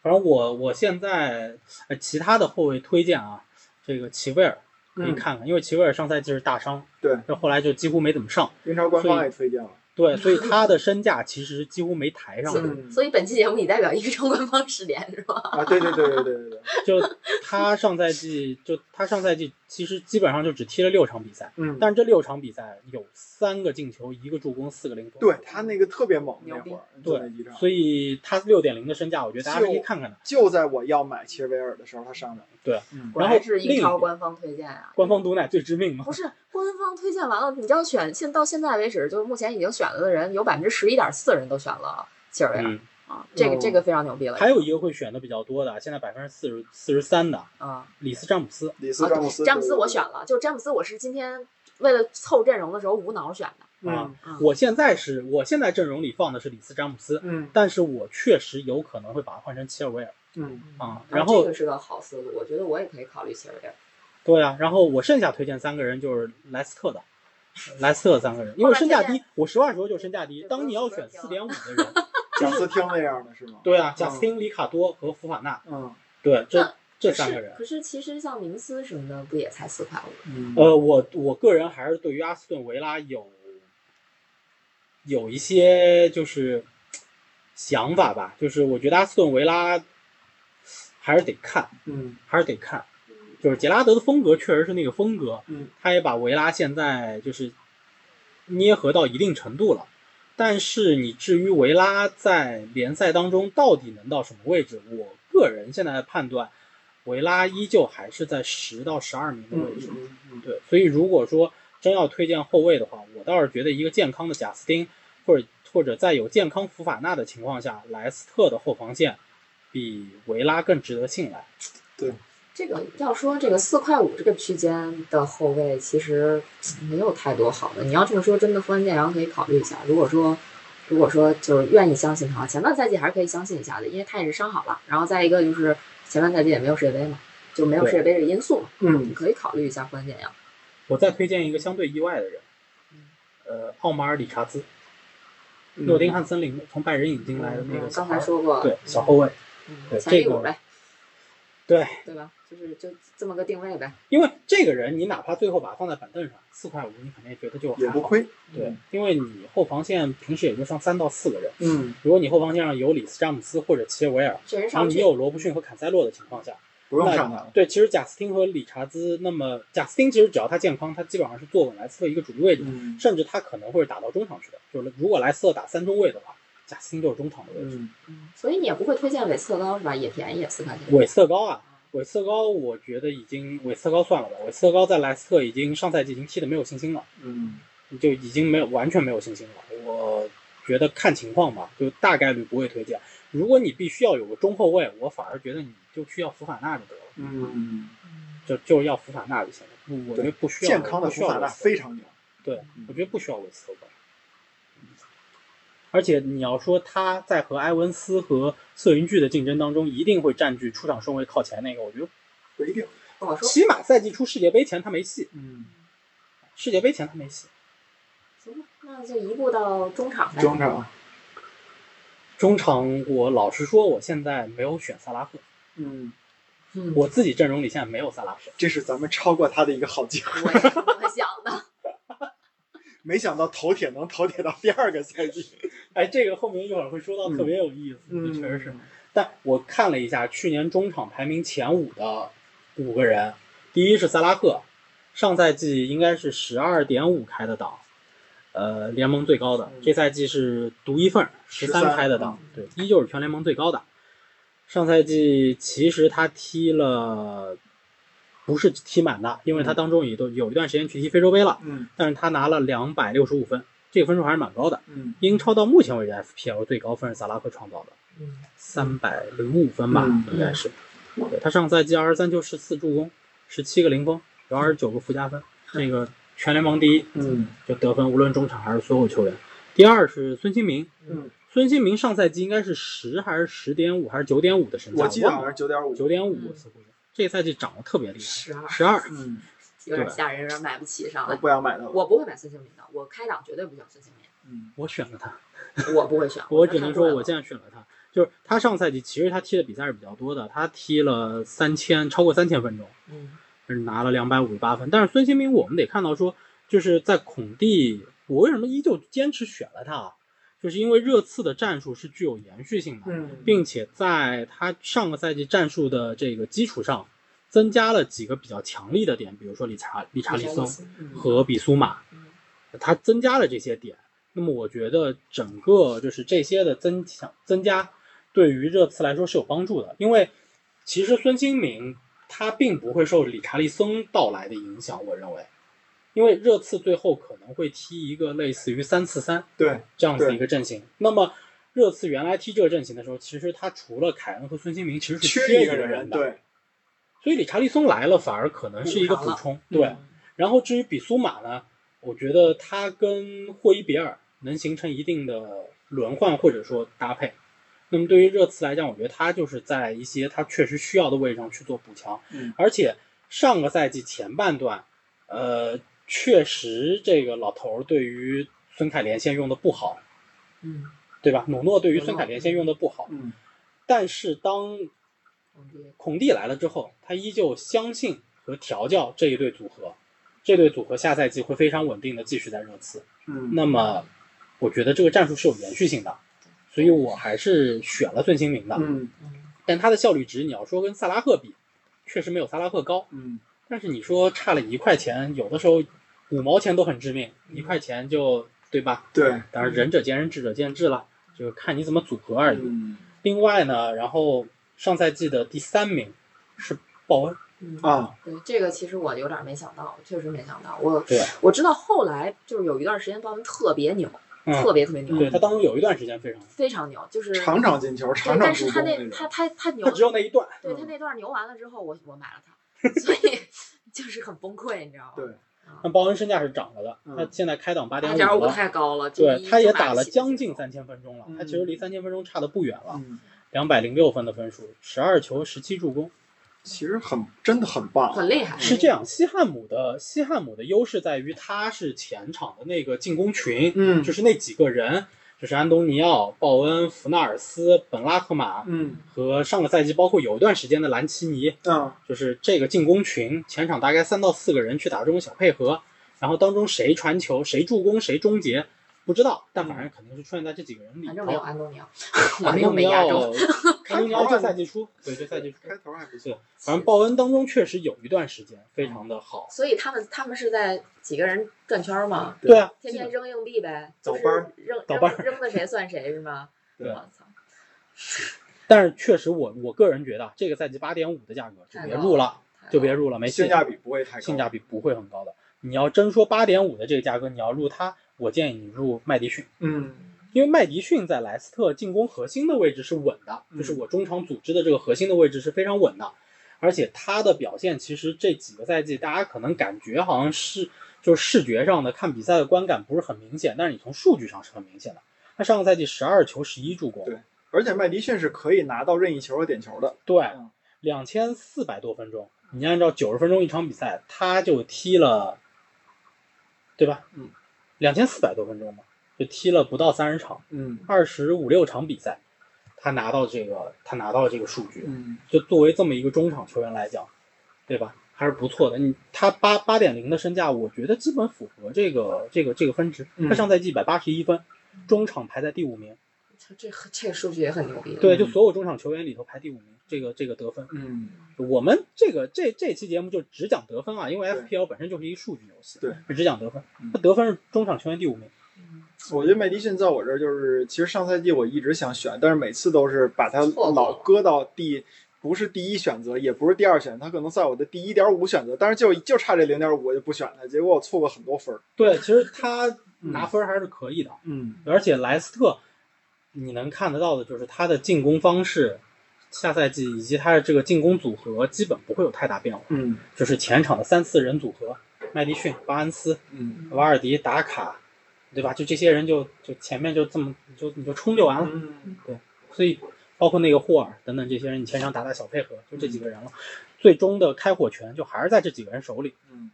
反正我我现在呃其他的后卫推荐啊，这个齐威尔可以
嗯
看看，因为齐威尔上赛季是大伤，
对，
这后来就几乎没怎么上，
英超官方也推荐了，
对，所以他的身价其实几乎没抬上
所
来，
以，所以本期节目你代表一个超官方失联是吧？
啊，对对对对对对对，
就他上赛季就他上赛季其实基本上就只踢了六场比赛，
嗯，
但是这六场比赛有三个进球，一个助攻，四个零封，
对他那个特别猛
牛
那
逼
会儿，
对
就那几场，
所以他六点零的身价，我觉得大家是可以看看的。
就在我要买齐维尔的时候，他上来，
对，
嗯，
果
然后
是
另
英
一
超
点
官方推荐啊。
官方毒奶最致命嘛
不，是官方推荐完了，你要选，现到现在为止，就是目前已经选了的人，有百分之十一点四人都选了切尔维尔
嗯，
啊，这个
哦
这个非常牛逼了
还有一个会选的比较多的，现在百分之四十四十三的
啊！
里斯詹姆斯，
里斯詹姆斯，
詹姆斯我选了，就詹姆斯我是今天为了凑阵容的时候无脑选的。
对，对对
啊
嗯
嗯
我现在是我现在阵容里放的是里斯詹姆斯，
嗯
但是我确实有可能会把它换成切尔维尔
嗯
啊。
啊
然
这
后
个是个好思路，我觉得我也可以考虑切尔维尔。
(laughs) 对啊，然后我剩下推荐三个人就是莱斯特的，莱斯特三个人，因为身价
后来
低，我实话实说就是身价低
对。
当你要选四点五的人，
贾斯汀那样的是吗？
(laughs) 对啊，贾斯汀、里卡多和福法纳，
嗯
对，这
那
这
可
三
是
个人。
可是其实像明斯什么的，不也才四块五？
嗯，
呃，我我个人还是对于阿斯顿维拉有有一些就是想法吧，就是我觉得阿斯顿维拉还是得看，
嗯
还是得看。就是杰拉德的风格确实是那个风格，
嗯，
他也把维拉现在就是捏合到一定程度了。但是你至于维拉在联赛当中到底能到什么位置，我个人现在的判断，维拉依旧还是在十到十二名的位置。
嗯嗯
对，所以如果说真要推荐后卫的话，我倒是觉得一个健康的贾斯汀，或者或者在有健康福法纳的情况下，莱斯特的后防线比维拉更值得信赖。
这个要说这个四块五这个区间的后卫，其实嗯没有太多好的。你要这么说，真的关建阳可以考虑一下。如果说如果说就是愿意相信他，前半赛季还是可以相信一下的，因为他也是伤好了。然后再一个就是前半赛季也没有世界杯嘛，就没有
对
世界杯这个因素嘛，你
嗯，
可以考虑一下关建阳。
我再推荐一个相对意外的人
嗯，
呃，奥马尔·理查兹，
嗯
诺丁汉森林从拜仁引进来的那
嗯
个
嗯
小
刚
孩
才
儿，
说过，
对
嗯
小后卫，
嗯
对
前一
这个
股呗，
对，
对吧？就是就这么个定位呗。
因为这个人你哪怕最后把他放在板凳上，四块五你肯定也觉得就还
也不嗯
好，
亏，
对，因为你后防线平时也就上三到四个人，
嗯，
如果你后防线上有里斯詹姆斯或者齐耶维尔，
这人
然
上
后你
去，
有罗布逊和坎塞洛的情况下，
不用
那
上他了，
对，其实贾斯汀和理查兹，那么贾斯汀其实只要他健康，他基本上是坐稳莱斯特一个主力位置，
嗯
甚至他可能会打到中场去的。就是如果莱斯特打三中卫的话，贾斯汀就是中场的位置。
嗯
嗯所以你也不会推荐韦斯特高是吧？也便宜，四块钱。
韦瑟高啊，韦瑟高，我觉得已经韦瑟高算了吧，韦瑟高在莱斯特已经上赛季已经踢得没有信心了，
嗯
就已经没有完全没有信心了。我觉得看情况吧，就大概率不会推荐。如果你必须要有个中后卫，我反而觉得你就去要福法纳就得了。
嗯，
就就要福法纳就行了。不，我觉得不需要
健康的
不需
福
要
法纳
韦斯
非常牛，
对，我觉得不需要韦斯特吧。而且你要说他在和埃文斯和瑟云巨的竞争当中，一定会占据出场顺位靠前那个。我觉得
不一定，
不好说。
起码赛季初世界杯前他没戏，
嗯，
世界杯前他没戏。
行吧，那就移步到中场呗。
中场，
中场我老实说，我现在没有选萨拉赫，
嗯，
嗯，
我自己阵容里现在没有萨拉赫。
这是咱们超过他的一个好机会，
我也是这么想
(laughs)
的。
没想到头铁能头铁到第二个赛季，
哎，这个后面一会儿会说到，
嗯
特别有意思，
(laughs) 嗯
确实是。但我看了一下去年中场排名前五的五个人，第一是萨拉赫，上赛季应该是十二点五开的档，呃，联盟最高的
嗯。
这赛季是独一份十三
13
开的档，对，依旧是全联盟最高的。上赛季其实他踢了，不是踢满的，因为他
嗯
当中也都有一段时间去踢非洲杯了，
嗯
但是他拿了两百六十五分，这个分数还是蛮高的。
嗯
英超到目前为止 FPL 最高分是萨拉赫创造的，
嗯，
三百零五分吧，
嗯
应该是。对他上赛季二十三球十四助攻，十七个零封，有二十九个附加分，那个全联盟第一，
嗯
就得分无论中场还是所有球员。第二是孙兴民，
嗯，
孙兴民上赛季应该是十还是十点五还是九点五的身价，
我记得
忘
好
了
像是九点五，
九点五
嗯
似乎是。这个赛季涨得特别厉害，
十二
十二。
嗯，
有点
对
吓人，有点买不起上
我
来。
不想买他了，
我不会买孙兴民的，我开档绝对不选孙兴民，
嗯
我选了他，
我不会选。
(laughs) 我只能说我
这
现在选了他。就是他上赛季其实他踢的比赛是比较多的，他踢了三千超过三千分钟。
嗯
是拿了两百五十八分。但是孙兴民，我们得看到说，就是在孔蒂，我为什么依旧坚持选了他啊？就是因为热刺的战术是具有延续性的，
嗯，
并且在他上个赛季战术的这个基础上，增加了几个比较强力的点，比如说理查理查理
查理
森
森
嗯
和比苏马
嗯，
他增加了这些点。那么我觉得整个就是这些的增强增加，对于热刺来说是有帮助的，因为其实孙兴民他并不会受理查利森到来的影响，我认为，因为热刺最后可能会踢一个类似于三四三
对，
这样子
对
一个阵型。那么热刺原来踢这个阵型的时候，其实他除了凯恩和孙兴民，其实是
缺
缺
一个
个
人，
的，
对，
所以理查利松来了，反而可能是一个
补
补
偿嗯
充。对，然后至于比苏马呢，我觉得他跟霍伊比尔能形成一定的轮换或者说搭配。那么对于热刺来讲，我觉得他就是在一些他确实需要的位置上去做补强，
嗯
而且上个赛季前半段，呃，确实这个老头儿对于孙凯连线用的不好，
嗯，
对吧？努诺对
努
于
诺
孙凯连线用的不好，
嗯，
但是当
嗯对
孔蒂来了之后，他依旧相信和调教这一对组合，这对组合下赛季会非常稳定的继续在热刺。
嗯，
那么，我觉得这个战术是有延续性的，所以我还是选了孙兴民的。
嗯
嗯
但他的效率值，你要说跟萨拉赫比，确实没有萨拉赫高，
嗯
但是你说差了一块钱，有的时候五毛钱都很致命，一块钱就对吧？
对，
当然仁者见仁，智者见智了，就是看你怎么组合而已。
嗯
另外呢，然后上赛季的第三名是鲍恩，
嗯
啊，
对，这个其实我有点没想到，确实没想到。我
对
我知道后来就是有一段时间鲍文特别牛，特
嗯，
别特别牛，
对他当中有一段时间非常，
非常牛，就是
场场进球，
对
场，场
但
助
是
攻
他
那
那
种
他。他他牛
他，只有那一段，
对
嗯
他那段牛完了之后，我我买了
(laughs)
他，所以就是很崩溃，你知道吗？
对，
那鲍恩身价是涨了的，
嗯
他现在开档八点
八
五
点五
了，
太高了，
对，
这
他也
一
打了将近
170
三千分钟了
嗯，
他其实离三千分钟差的不远了，
嗯，
两百零六分的分数，十二球十七助攻，
其实很真的很棒，
很厉害，
是这样。西汉姆的西汉姆的优势在于他是前场的那个进攻群，
嗯
就是那几个人，就是安东尼奥、鲍恩、弗纳尔斯、本拉克马，
嗯
和上个赛季包括有一段时间的兰奇尼，
嗯
就是这个进攻群前场大概三到四个人去打这种小配合，然后当中谁传球、谁助攻、谁终结不知道，但反正肯定是出现在这几个人里
反
头
正没有。安东
(laughs)
尼奥，我
安
们又
东
没
尼
压
奥
中，，
安
(laughs)
东尼奥这赛季初，对这赛季初，
开头还不错，
反正鲍恩当中确实有一段时间非常的好。
所以他们他们是在几个人转圈儿嘛，
嗯
对啊，
天天扔硬币呗，
早
就是
班儿
扔
早班
扔扔的谁算谁是
(laughs)
吗？
对
我操，
但是确实我我个人觉得啊这个赛季八点五的价格就别入了，
太
就别
高了
入了，没戏
性。价比不会太高，
性价比不会很高的。你要真说八点五的这个价格，你要入他，我建议你入麦迪逊，
嗯
因为麦迪逊在莱斯特进攻核心的位置是稳的，
嗯
就是我中场组织的这个核心的位置是非常稳的，而且他的表现其实这几个赛季大家可能感觉好像是就是视觉上的看比赛的观感不是很明显，但是你从数据上是很明显的。他上个赛季十二球十一助攻，
对而且麦迪逊是可以拿到任意球和点球的，
对
嗯，
两千四百多分钟，你按照九十分钟一场比赛，他就踢了，对吧？
嗯，
两千四百多分钟嘛，就踢了不到三十场，
嗯
二十五六场比赛，他拿到这个，他拿到这个数据，
嗯
就作为这么一个中场球员来讲，对吧？还是不错的。你他八八点零的身价，我觉得基本符合这个这个这个分值。
嗯
他上赛季一百八十一分，中场排在第五名，
这这这个数据也很牛逼，
对，就
嗯
所有中场球员里头排第五名，这个这个得分。
嗯，
我们这个这这期节目就只讲得分啊，因为
对
FPL 本身就是一个数据游戏，
对，
只讲得分
嗯。
他得分是中场球员第五名，
嗯
我觉得麦迪逊在我这儿就是，其实上赛季我一直想选，但是每次都是把他
错过
老
了
搁到第，不是第一选择，也不是第二选择，他可能在我的第一点五选择，但是就就差这零点五，我就不选他，结果我错过很多分儿。
对，其实他拿分还是可以的，
嗯
而且莱斯特你能看得到的就是他的进攻方式，下赛季以及他的这个进攻组合基本不会有太大变化，
嗯
就是前场的三四人组合，麦迪逊、巴恩斯、
嗯
瓦尔迪、达卡，对吧？就这些人就就前面就这么你就你就冲就完了。
嗯
所以包括那个霍尔等等这些人，你前场打打小配合，就这几个人了，最终的开火权就还是在这几个人手里。
嗯，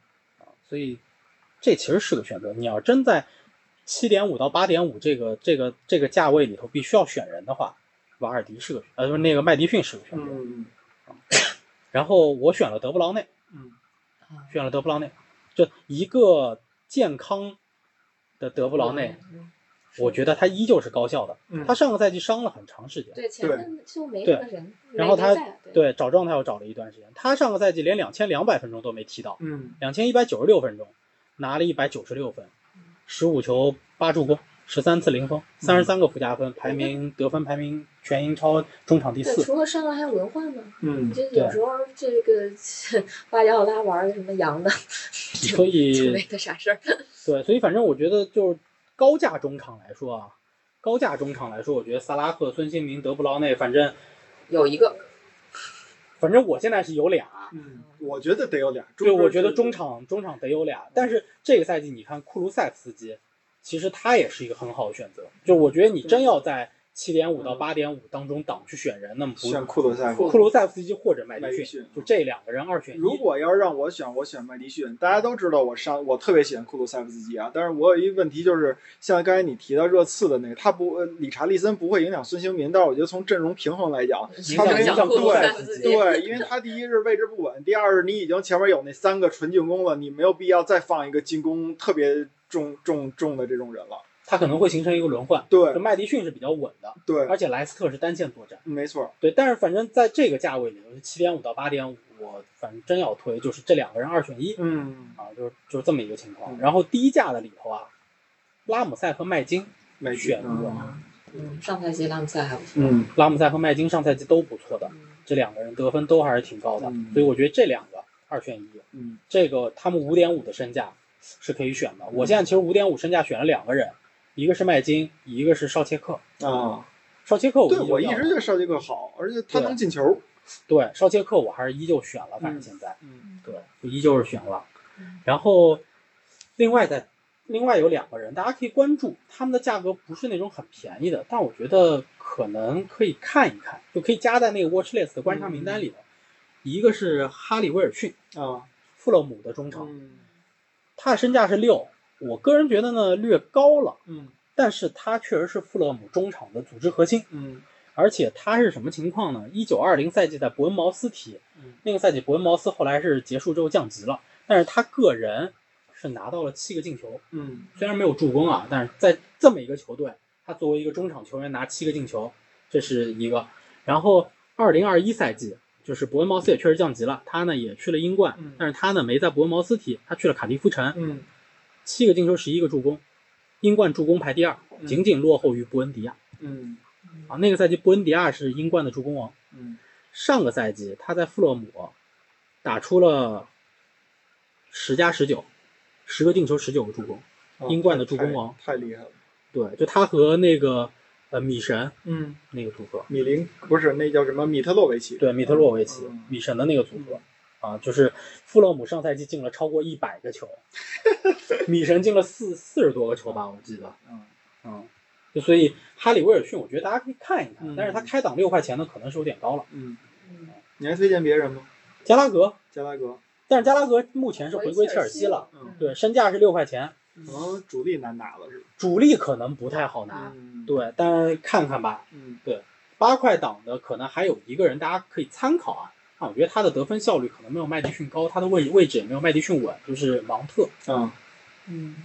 所以这其实是个选择。你要真在七点五到八点五这个这个这个价位里头，必须要选人的话，瓦尔迪是个呃不是那个麦迪逊是个选择。
嗯
然后我选了德布劳内，
嗯
啊
选了德布劳内，就一个健康的德布劳内，，
嗯
我觉得他依旧是高效的。
嗯，
他上个赛季伤了很长时间。
对前面就没什么人，
然后他
没在对
对，找状态又找了一段时间。他上个赛季连两千两百分钟都没踢到，
嗯
两千一百九十六分钟，拿了一百九十六分，十五球八助攻，十三次零封，三十三个附加分，排名得分排名全英超中场第
对，
四。
除了上了还有轮换呢。
嗯
这有时候这个 (laughs) 巴加奥拉玩的什么洋的，
(laughs) 所
就
以
没他啥事儿。
对，所以反正我觉得就是高价中场来说啊，高价中场来说，我觉得萨拉赫、孙兴民、德布劳内，反正
有一个，
反正我现在是有俩。啊
嗯，我觉得得有俩。
对，
中
我觉得中场中场得有俩，但是这个赛季你看库卢塞夫斯基，其实他也是一个很好的选择。就我觉得你真要在七点
嗯
五到八点五当中档去选人，那么不
选库鲁塞夫。
库卢塞夫斯基或者麦
麦迪
迪
逊
逊，就这两个人二选一。
如果要是让我选，我选麦迪逊。大家都知道我上我特别喜欢库鲁塞夫斯基啊，但是我有一问题就是，像刚才你提到热刺的那个，他不呃理查利森不会影响孙兴民，但是我觉得从阵容平衡来讲，
影
他
响
们
影响
库
库
鲁
卢
塞
塞
夫
夫
斯
斯
基
基。
对，因为他第一是位置不稳，第二是你已经前面有那三个纯进攻了，你没有必要再放一个进攻特别重重重的这种人了。
他可能会形成一个轮换。就
对
麦迪逊是比较稳的，
对，
而且莱斯特是单线作战。
没错，
对，但是反正在这个价位里头，七点五到八点五，我反正真要推就是这两个人二选一
嗯，
啊，就是就是这么一个情况。
嗯
然后低价的里头啊，拉姆塞和麦金，
没
选
嗯
过
嗯，上赛季拉姆塞还不错。
嗯，
拉姆塞和麦金上赛季都不错的，
嗯
这两个人得分都还是挺高的，
嗯
所以我觉得这两个二选一，
嗯，
这个他们五点五的身价是可以选的。我现在其实五点五身价选了两个人，一个是麦金，一个是绍切克。
啊，
绍切克我
对
依旧
我一
要
直觉得绍杰克好，而且他能进球，
对绍切克我还是依旧选了，反正现在。
嗯
对，就依旧是选了
嗯。
然后另外在另外有两个人，大家可以关注，他们的价格不是那种很便宜的，但我觉得可能可以看一看，就可以加在那个 watch list 的观察名单
嗯
里头。一个是哈里威尔逊，
啊，
富勒姆的中场，
嗯
他的身价是六，我个人觉得呢略高了，
嗯
但是他确实是富勒姆中场的组织核心，
嗯
而且他是什么情况呢？一九二零赛季在伯恩茅斯踢，
嗯
那个赛季伯恩茅斯后来是结束之后降级了，但是他个人是拿到了七个进球，
嗯，
虽然没有助攻啊，但是在这么一个球队，他作为一个中场球员拿七个进球，这是一个。然后二零二一赛季，就是伯恩茅斯也确实降级了，他呢也去了英冠
嗯，
但是他呢没在伯恩茅斯踢，他去了卡迪夫城，
嗯
七个进球，十一个助攻，英冠助攻排第二，
嗯
仅仅落后于布恩迪亚
嗯
啊。那个赛季布恩迪亚是英冠的助攻王。
嗯
上个赛季他在富勒姆打出了十加十九，十个进球，十九个助攻。
啊
英冠的助攻王
太太厉害了，
对，就他和那个呃米神
嗯，
那个组合，
米林不是那叫什么米特洛维奇，
对米特洛维奇
嗯
米神的那个组合啊，就是富勒姆上赛季进了超过一百个
(laughs)
球，米神进了四四十多个球吧，我记得，
嗯，
嗯。就所以哈里威尔逊，我觉得大家可以看一看
嗯，
但是他开档六块钱呢，可能是有点高了。
嗯，
嗯
你还推荐别人吗？
加拉格，
加拉格，
但是加拉格目前是回归切尔西了，
嗯，
对，身价是六块钱，
可能主力难打了是吧？
主力可能不太好拿，
嗯，，
对，但是看看吧。
嗯
八块档的可能还有一个人，大家可以参考啊。但我觉得他的得分效率可能没有麦迪逊高，他的位位置也没有麦迪逊稳，就是芒特、
啊，
嗯，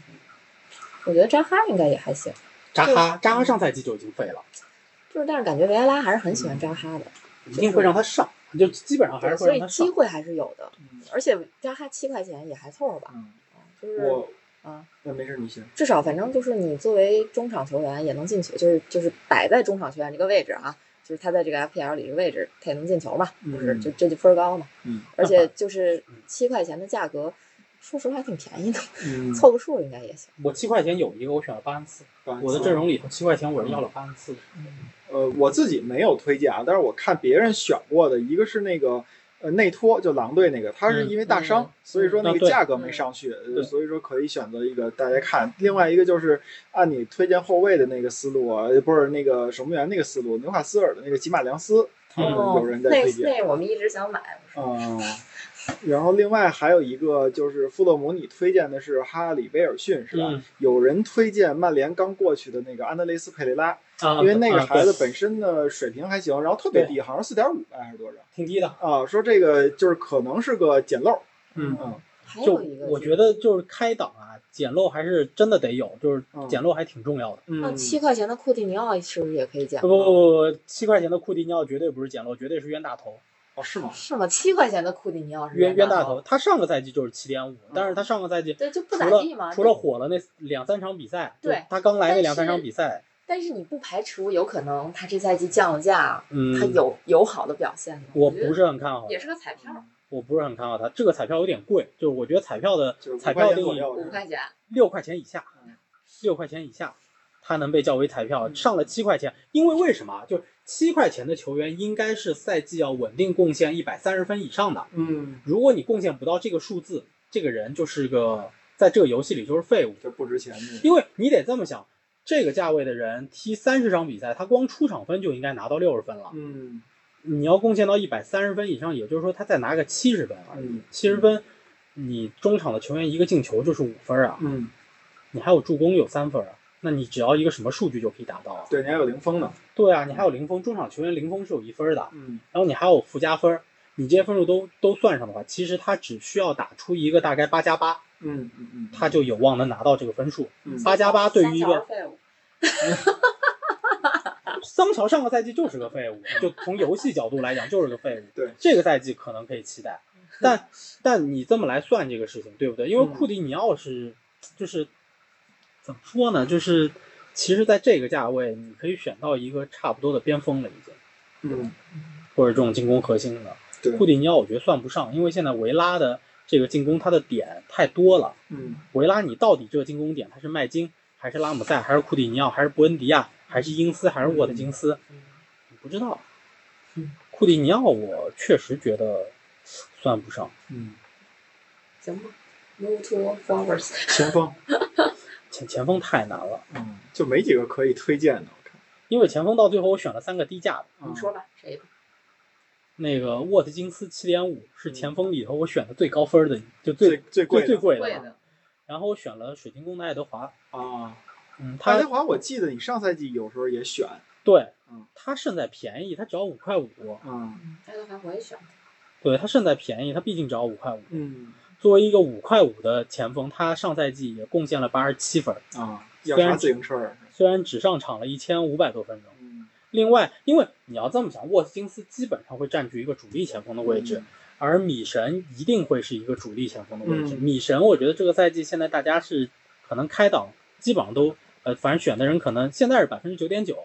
我觉得扎哈应该也还行，
扎哈。扎哈上赛季就已经废了，
就是但是感觉维埃拉还是很喜欢扎哈的，
一定会让他上，就基本上还是
对，
会
所
让
以
他上
机。会还是有的。
嗯
而且扎哈七块钱也还凑合吧，
嗯，
就是
我
啊，
那没事，你先，
至少反正就是你作为中场球员也能进球，就是就是摆在中场球员这个位置啊，就是他在这个 FPL 里这个位置，他也能进球嘛，就是
嗯
就这就分儿高嘛，
嗯
而且就是七块钱的价格，说实话挺便宜的，
嗯，
凑个数应该也行。
我七块钱有一个，我选了巴恩斯，
反
我的阵容里头七块钱我是要了巴恩斯的。
呃，我自己没有推荐啊，但是我看别人选过的，一个是那个呃内托，就狼队那个，他是因为大伤，
嗯
所以说那
啊
个
对
价格没上去，呃
对
所以说可以选择一个大家看。另外一个就是按你推荐后卫的那个思路啊，呃不是那个守门员那个思路，纽卡斯尔的那个吉马良斯，
嗯
他们
哦
有人在
哦那
推荐。
那我们一直想买，我说
嗯，然后另外还有一个就是富勒姆，你推荐的是哈里威尔逊是吧？
嗯
有人推荐曼联刚过去的那个安德雷斯佩雷拉，
啊，
因为那个
啊
孩子
对
本身的水平还行，然后特别低，好像四点五吧还是多少
挺低的，
啊？说这个就是可能是个捡漏，
嗯
嗯
还
就
有一个
我
是
觉得就是开档啊，捡漏还是真的得有，就是
嗯
捡漏还挺重要的。
那
嗯，
七块钱的库蒂尼奥是不是也可以捡啊
不？不不不，七块钱的库蒂尼奥绝对不是捡漏，绝对是冤大头，
哦是吗？
是吗？七块钱的库蒂尼奥是
冤冤大
大
头。，他上个赛季就是七点五，但是他上个赛季
对，就不
除
咋
了
地嘛。
除了火了那两三场比赛，
对
就他刚来
但
那两三
是
场比赛，
但是你不排除有可能他这赛季降价，啊
嗯，
他有有好的表现的。
我
觉得
不是很看好，
也是个彩
嗯
票，
我不是很看好他。这个彩票有点贵，就是我觉得彩票的
就是
彩
五块
票
钱
定
左
义
右
五
是吧
块钱。
六块钱以下
嗯，
六块钱以下，它能被叫为彩票。
嗯
上了七块钱，因为为什么啊？就是七块钱的球员应该是赛季要稳定贡献一百三十分以上的。
嗯，
如果你贡献不到这个数字，这个人就是个在这个游戏里就是废物，
这不值钱的，
因为你得这么想，这个价位的人踢三十场比赛，他光出场分就应该拿到六十分了。
嗯
你要贡献到一百三十分以上，也就是说他再拿个七十分而已。
嗯
七十分，你中场的球员一个进球就是五分啊，
嗯，
你还有助攻有三分啊，那你只要一个什么数据就可以达到啊？
对，你还有零封呢，
对啊，你还有零封，中场球员零封是有一分的，
嗯
然后你还有附加分，你这些分数都都算上的话，其实他只需要打出一个大概八加八，
嗯嗯
他就有望能拿到这个分数。
嗯
八加八对于一
三角啊
个
废物
桑乔上个赛季就是个废物，就从游戏角度来讲就是个废物。
嗯 (laughs) 对，
这个赛季可能可以期
(laughs)
待，但但你这么来算这个事情，对不对？因为
嗯
库蒂尼奥是就是怎么说呢？就是其实在这个价位，你可以选到一个差不多的边锋了，已经，
嗯
或者这种进攻核心的。
对
库蒂尼奥我觉得算不上，因为现在维拉的这个进攻他的点太多了。
嗯
维拉，你到底这个进攻点他是麦金还是拉姆塞还是库蒂尼奥还是布恩迪亚还是英斯还是沃特金斯？
嗯
你不知道
嗯。
库蒂尼奥我确实觉得算不上
嗯，
行吧，move to forwards。
前锋，
前前锋太难了，
嗯，就没几个可以推荐的，我看，嗯
因为前锋到最后我选了三个低价的，
你说吧，谁吧？
那个沃特金斯七点五是前锋里头我选的最高分的，就最
嗯最最贵
最
的
贵
贵
的。
的，
然后我选了水晶宫的爱德华，
啊。
嗯，
爱德
他
华，我记得你上赛季有时候也选，
对
嗯，
他胜在便宜，他只要五块五，
嗯
嗯，爱德华我也选了。
对他胜在便宜，他毕竟只要五块五。
嗯
作为一个五块五的前锋，他上赛季也贡献了八十七分，
啊，要
虽
啥
然
自行车儿？
虽然只上场了一千五百多分钟。
嗯，
另外，因为你要这么想，沃斯金斯基本上会占据一个主力前锋的位置，而米神一定会是一个主力前锋的位置。
嗯
米神，我觉得这个赛季现在大家是可能开档基本上都呃，反正选的人可能现在是百分之九点九，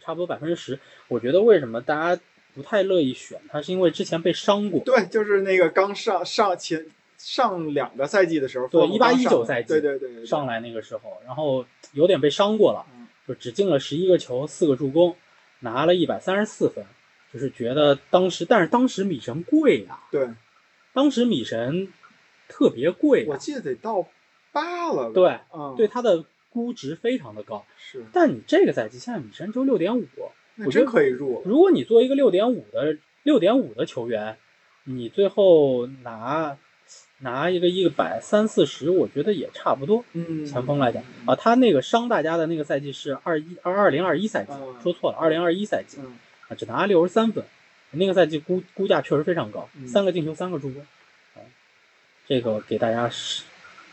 差不多百分之十。我觉得为什么大家不太乐意选他，是因为之前被伤过。
(laughs) 对，就是那个刚上上前上两个赛季的时候，
对
富勒姆刚
18-19
上来
赛季
对对对对，
上来那个时候，然后有点被伤过了
嗯，
就只进了十一个球，四个助攻，拿了一百三十四分，就是觉得当时，但是当时米神贵啊，
对，
当时米神特别贵、
我
啊，
记得得到八了吧？
对，
嗯，
对，它的估值非常的高。
是，
但你这个赛季现在米神只有六点五，
那
我
真
觉得
可以入，
如果你作为一个六点五的六点五的球员，你最后拿拿一个一百三四十，我觉得也差不多。
嗯，
前锋来讲啊，他那个伤大家的那个赛季是二一二二零二一赛季
嗯，
说错了，二零二一赛季
嗯
啊，只拿了六十三分，那个赛季估估价确实非常高
嗯，
三个进球，三个助攻，啊，这个给大家伤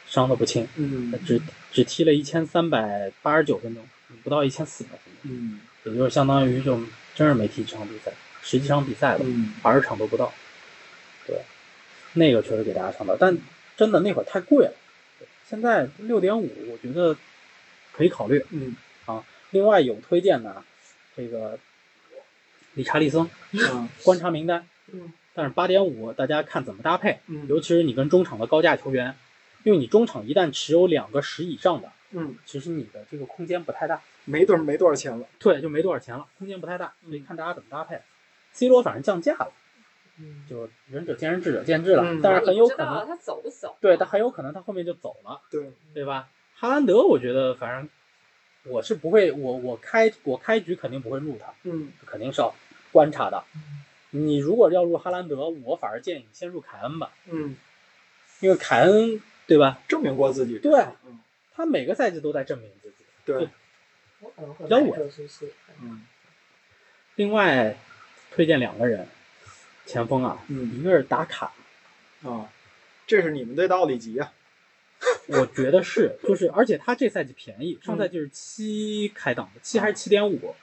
伤的不轻，
嗯
只只踢了一千三百八十九分钟，不到一千四百分钟，
嗯
也就是相当于就真是没踢几场比赛，十几场比赛吧，
嗯，
二十场都不到，对，那个确实给大家伤到，但真的那会儿太贵了，现在六点五我觉得可以考虑。
嗯
另外有推荐的，这个理查利森
嗯
观察名单，
嗯，
但是八点五大家看怎么搭配，
嗯，
尤其是你跟中场的高价球员，因为你中场一旦持有两个十以上的，
嗯，
其实你的这个空间不太大，
没多少没多少钱了，
对，就没多少钱了，空间不太大，所以看大家怎么搭配。C 罗反正降价了，
嗯，
就仁者见仁，智者见智了，
嗯
但是很有
你不
可
知道啊
能，
他走不走。
对，但很有可能他后面就走了，
对，
对吧？哈兰德，我觉得反正我是不会，我我开我开局肯定不会入他，
嗯
肯定是要观察的
嗯。
你如果要入哈兰德，我反而建议你先入凯恩吧，
嗯，
因为凯恩对吧？
证明过自己，
对
嗯
他每个赛季都在证明自己。
对，
我可能会
比较
买
稳
热苏西。
嗯
另外，推荐两个人，前锋啊，
嗯
一个是打卡，
啊，这是你们队的奥里吉啊，
我觉得是，就是而且他这赛季便宜，上赛季是七开档的，七还是七点五，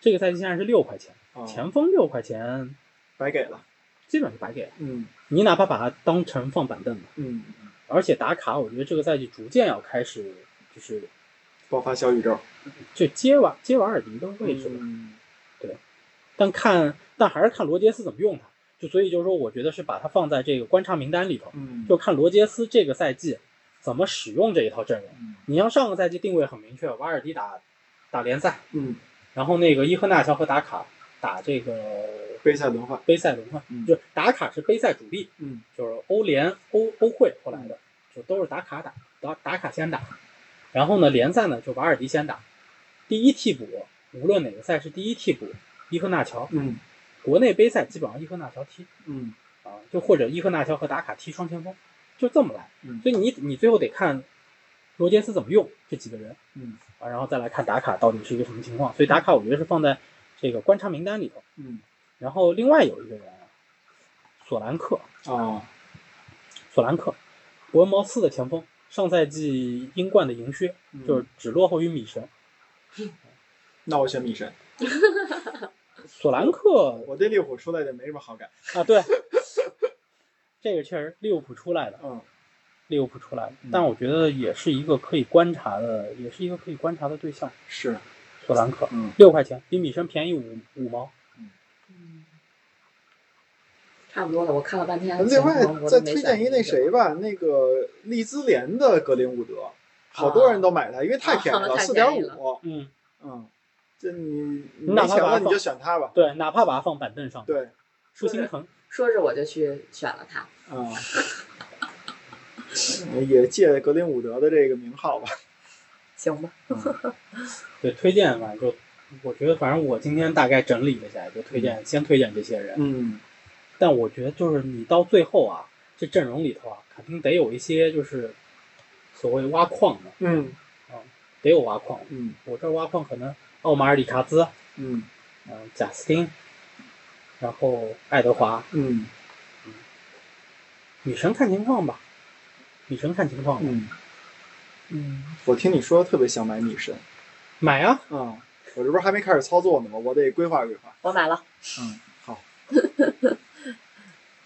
这个赛季现在是六块钱，
啊
前锋六块钱
白给了，
基本是白给了，
嗯
你哪怕把它当成放板凳吧。
嗯，
而且打卡，我觉得这个赛季逐渐要开始就是
爆发小宇宙，
就接瓦接瓦尔迪的位置了，
嗯
但看但还是看罗杰斯怎么用他。就所以就是说，我觉得是把他放在这个观察名单里头，
嗯，
就看罗杰斯这个赛季怎么使用这一套阵容。
嗯
你像上个赛季定位很明确，瓦尔迪打打联赛，
嗯，
然后那个伊赫纳乔和打卡打这个
杯赛轮换，
杯赛轮换，
嗯
就是打卡是杯赛主力，
嗯
就是欧联、欧欧会后来的，就都是打卡打打打卡先打，然后呢联赛呢就瓦尔迪先打，第一替补，无论哪个赛事第一替补，伊赫纳乔，
嗯
国内杯赛基本上伊赫纳乔踢
嗯
啊，就或者伊赫纳乔和达卡踢双前锋，就这么来。
嗯
所以你你最后得看罗杰斯怎么用这几个人
嗯
啊，然后再来看达卡到底是一个什么情况。所以达卡我觉得是放在这个观察名单里头。
嗯
然后另外有一个人，啊索兰克，
哦
索兰克，伯恩茅斯的前锋，上赛季英冠的银靴，
嗯
就是只落后于米神。
那我选米神，
索兰克
我对利物浦出来的没什么好感。
啊，
(laughs)
对，这个确实利物浦出来的，
嗯
利物浦出来的
嗯，
但我觉得也是一个可以观察的，也是一个可以观察的对象。
是
索兰克
嗯
六块钱，比米神便宜五五毛。
嗯，差不多了，我看了半天。
另外
我
再
都没
推
选
荐一那谁吧，那个利兹联的格林伍德，好多人都买他，因为太便宜了，
啊
四
太
点
便宜
五。
嗯，
嗯，这你你
你
没
哪怕
钱
把它
了你
放
就选他吧。
对，哪怕把它放板凳上，
对，
不心疼。
说着我就去选了他。
啊，也借格林伍德的这个名号吧。
行吧，
对，推荐反正就，我觉得反正我今天大概整理了一下，就推荐先推荐这些
(laughs)
人。
嗯
但我觉得就是你到最后啊，这阵容里头啊，肯定得有一些就是所谓挖矿的，
嗯
得有挖矿的。
嗯
我这挖矿可能奥马尔里查兹，
嗯
嗯、贾斯汀，然后爱德华，
嗯
女神看情况吧，女神看情况吧。
嗯，
嗯，
我听你说特别想买米神
买啊，
啊，我这不是还没开始操作呢吗？我得规划规划。
我买了，
嗯，好，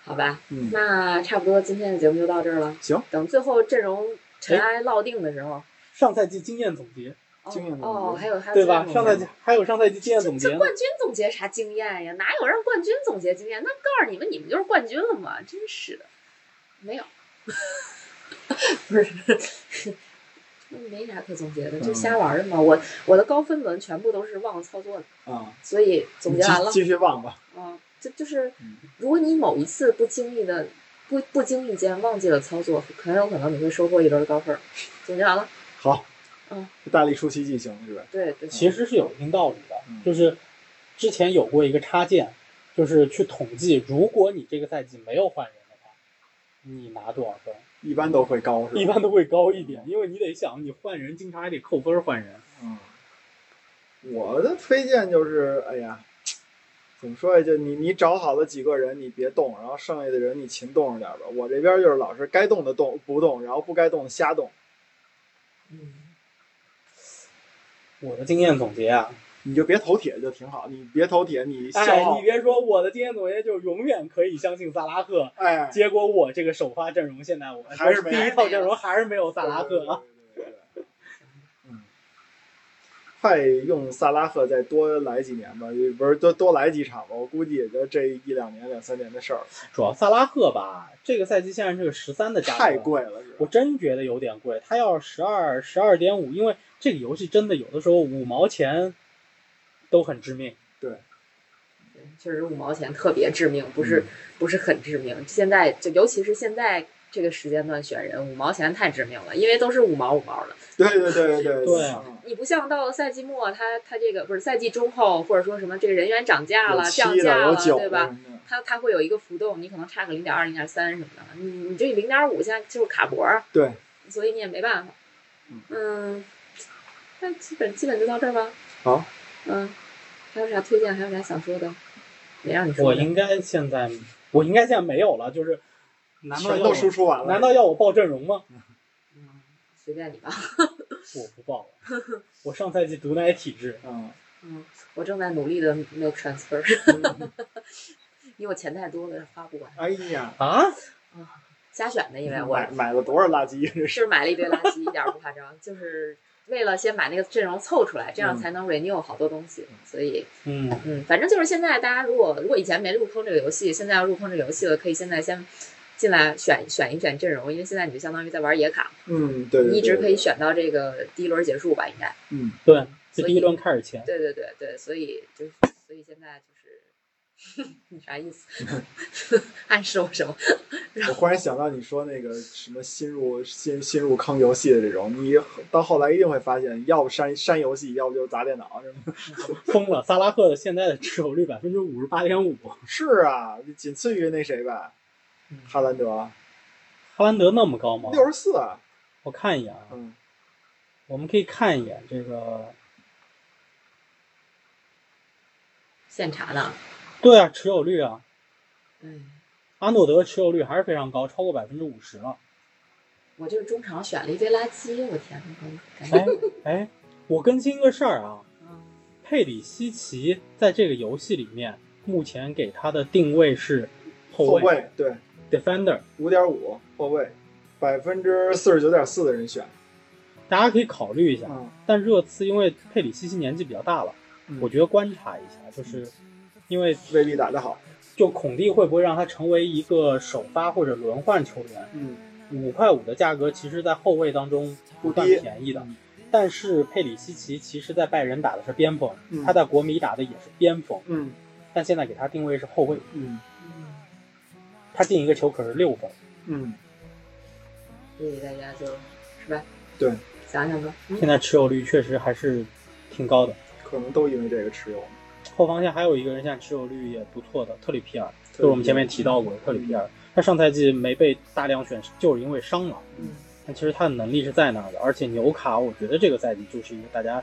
好吧。
嗯
那差不多今天的节目就到这儿了。
行，
等最后阵容尘
哎
埃落定的时候，
上赛季经验总结，
哦
经验总结
哦，还有还有
对吧？
经验
上
总结
赛季还有上赛季经验总结
这
呢。
冠军总结啥经验呀？哪有让冠军总结经验？那告诉你们，你们就是冠军了嘛！真是的，没有， (laughs) 不是， (laughs) 没啥可总结的，就
嗯
瞎玩儿的嘛。我我的高分轮全部都是忘了操作的，
啊，
所以总结完了
继继续忘吧。
啊，这就是
嗯
如果你某一次不经意的不不经意间忘记了操作，很有可能你会收获一轮高分儿。总结完了，
好，
嗯，
大力出奇迹行是吧？
对对，
其实是有一定道理的
嗯，
就是之前有过一个插件，就是去统计，如果你这个赛季没有换人的话，你拿多少分，
一般都会高是
一
吧？
般都会高一点，因为你得想，你换人经常还得扣分换人。
嗯，我的推荐就是，哎呀，怎么说呀？就你你找好了几个人，你别动，然后剩下的人你勤动着点吧。我这边就是老是该动的动不动，然后不该动的瞎动。
嗯，
我的经验总结啊，
你就别投铁就挺好，你别投铁，你消
哎，
耗
你，别说，我的经验总结就是永远可以相信萨拉赫。
哎，
结果我这个首发阵容现在我
还是没
第一套阵容还是没有萨拉赫啊。
对。对对对对嗯，快用萨拉赫再多来几年吧，不是多多来几场吧？我估计也就这一两年、两三年的事儿，
主要萨拉赫吧，这个赛季现在这个十三的价格
太贵了，是吧？
我真觉得有点贵。它要十二十二点五，因为这个游戏真的有的时候五毛钱都很致命。
确实五毛钱特别致命，不
嗯
是不是很致命。现在就尤其是现在这个时间段选人，五毛钱太致命了，因为都是五毛五毛的。
对对对对对
对啊
嗯
你不像到了赛季末，他他这个不是赛季中后，或者说什么这个人员涨价
有
了、
七
降
的，
价
有
了，
九
对
的
吧？？他他会有一个浮动，你可能差个零点二、零点三什么的。你你这零点五现在就是卡脖儿，
对，
所以你也没办法
嗯。
嗯，那基本基本就到这儿吧。
好。
嗯，还有啥推荐？还有啥想说的？没让你说
我
的。
应该现在，我应该现在没有了，就是难道
全
要
都
我
输出完了。
难道要我报阵容吗？
嗯，随便你吧。
我不报了，我上赛季毒奶体质， (laughs)
嗯，
嗯，我正在努力的 make transfer，因为我钱太多了，花不完，
哎呀，
啊，
瞎选 (laughs) 的，因为我
买买了多少垃圾？这是
是买了一堆垃圾，一点儿不夸张，就是为了先把那个阵容凑出来，这
嗯
样才能 renew 好多东西。所以，
嗯，
嗯，反正就是现在大家如果如果以前没入坑这个游戏，现在要入坑这个游戏了，可以现在先。进来选选一选阵容，因为现在你就相当于在玩野卡，
嗯，对，对
你一直可以。
对对
选到这个第一轮结束吧，应该。
嗯，
对，就第一轮开始前，
对对对对，所以就是， (laughs)
(laughs)
所以现在就是，你啥意思？暗示我什么？
我忽然想到你说那个什么新入新新入坑游戏的这种，你到后来一定会发现，要不删删游戏，要不就是砸电脑什么的。 (laughs)
疯了！萨拉赫的现在的持有率百分之五十八点五，
是啊，仅次于那谁吧
嗯，
哈兰德
哈兰德那么高吗？
六十四，啊
我看一眼啊，
嗯，
我们可以看一眼这个。
现查呢。
对啊，持有率啊，
嗯，
阿诺德持有率还是非常高，超过百分之五十了。
我就是中场选了一堆垃圾，我天哪，感觉
哎哎，我更新个事儿啊，
嗯
佩里西奇在这个游戏里面目前给他的定位是后
后
卫
卫对
defender，
五点五后卫，百分之四十九点四的人选，
大家可以考虑一下。
嗯，
但热刺因为佩里西奇年纪比较大了，
嗯
我觉得观察一下，就是因为
未必打得好，
就孔蒂会不会让他成为一个首发或者轮换球员？
嗯，
五块五的价格，其实在后卫当中
不
算
低，
便宜的。但是佩里西奇其实在拜仁打的是边锋，
嗯
他在国米打的也是边锋，
嗯
但现在给他定位是后卫，
嗯
嗯，
他进一个球可是六分。
嗯，
所以大家就是吧，
对，
想想吧，嗯
现在持有率确实还是挺高的。
可能都因为这个持有。
后防线还有一个人现在持有率也不错的，特里皮尔，就是我们前面提到过的特里皮尔，他上赛季没被大量选，就是因为伤了。
嗯，
但其实他的能力是在那儿的，而且纽卡，我觉得这个赛季就是一个大家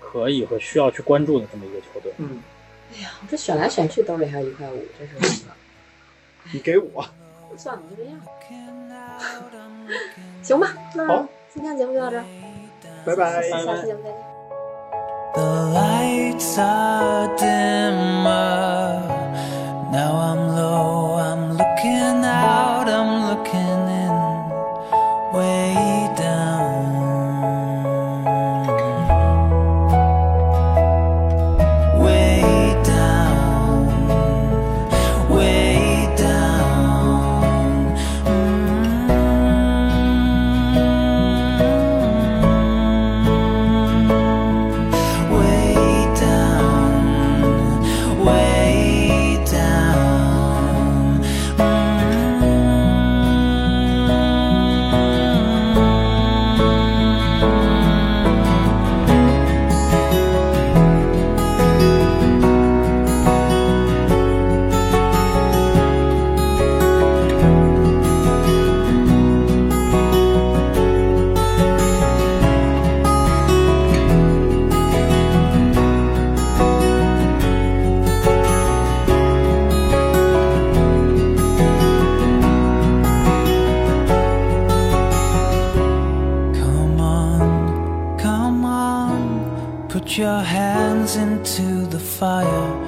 可以和需要去关注的这么一个球队。
嗯，
哎呀，我这选来选去兜里还有一块五，真是我的妈
你给我
算了，就这样。 (laughs) 行吧，那
好
今天节目就到这儿，
拜拜
下期节目再见。
The lights are dimmer. Now I'm low, I'm looking out, I'm looking in, way down. Way down, way down. Mm. Way down, way down. Mm. Come on, come on, put your hands into the fire.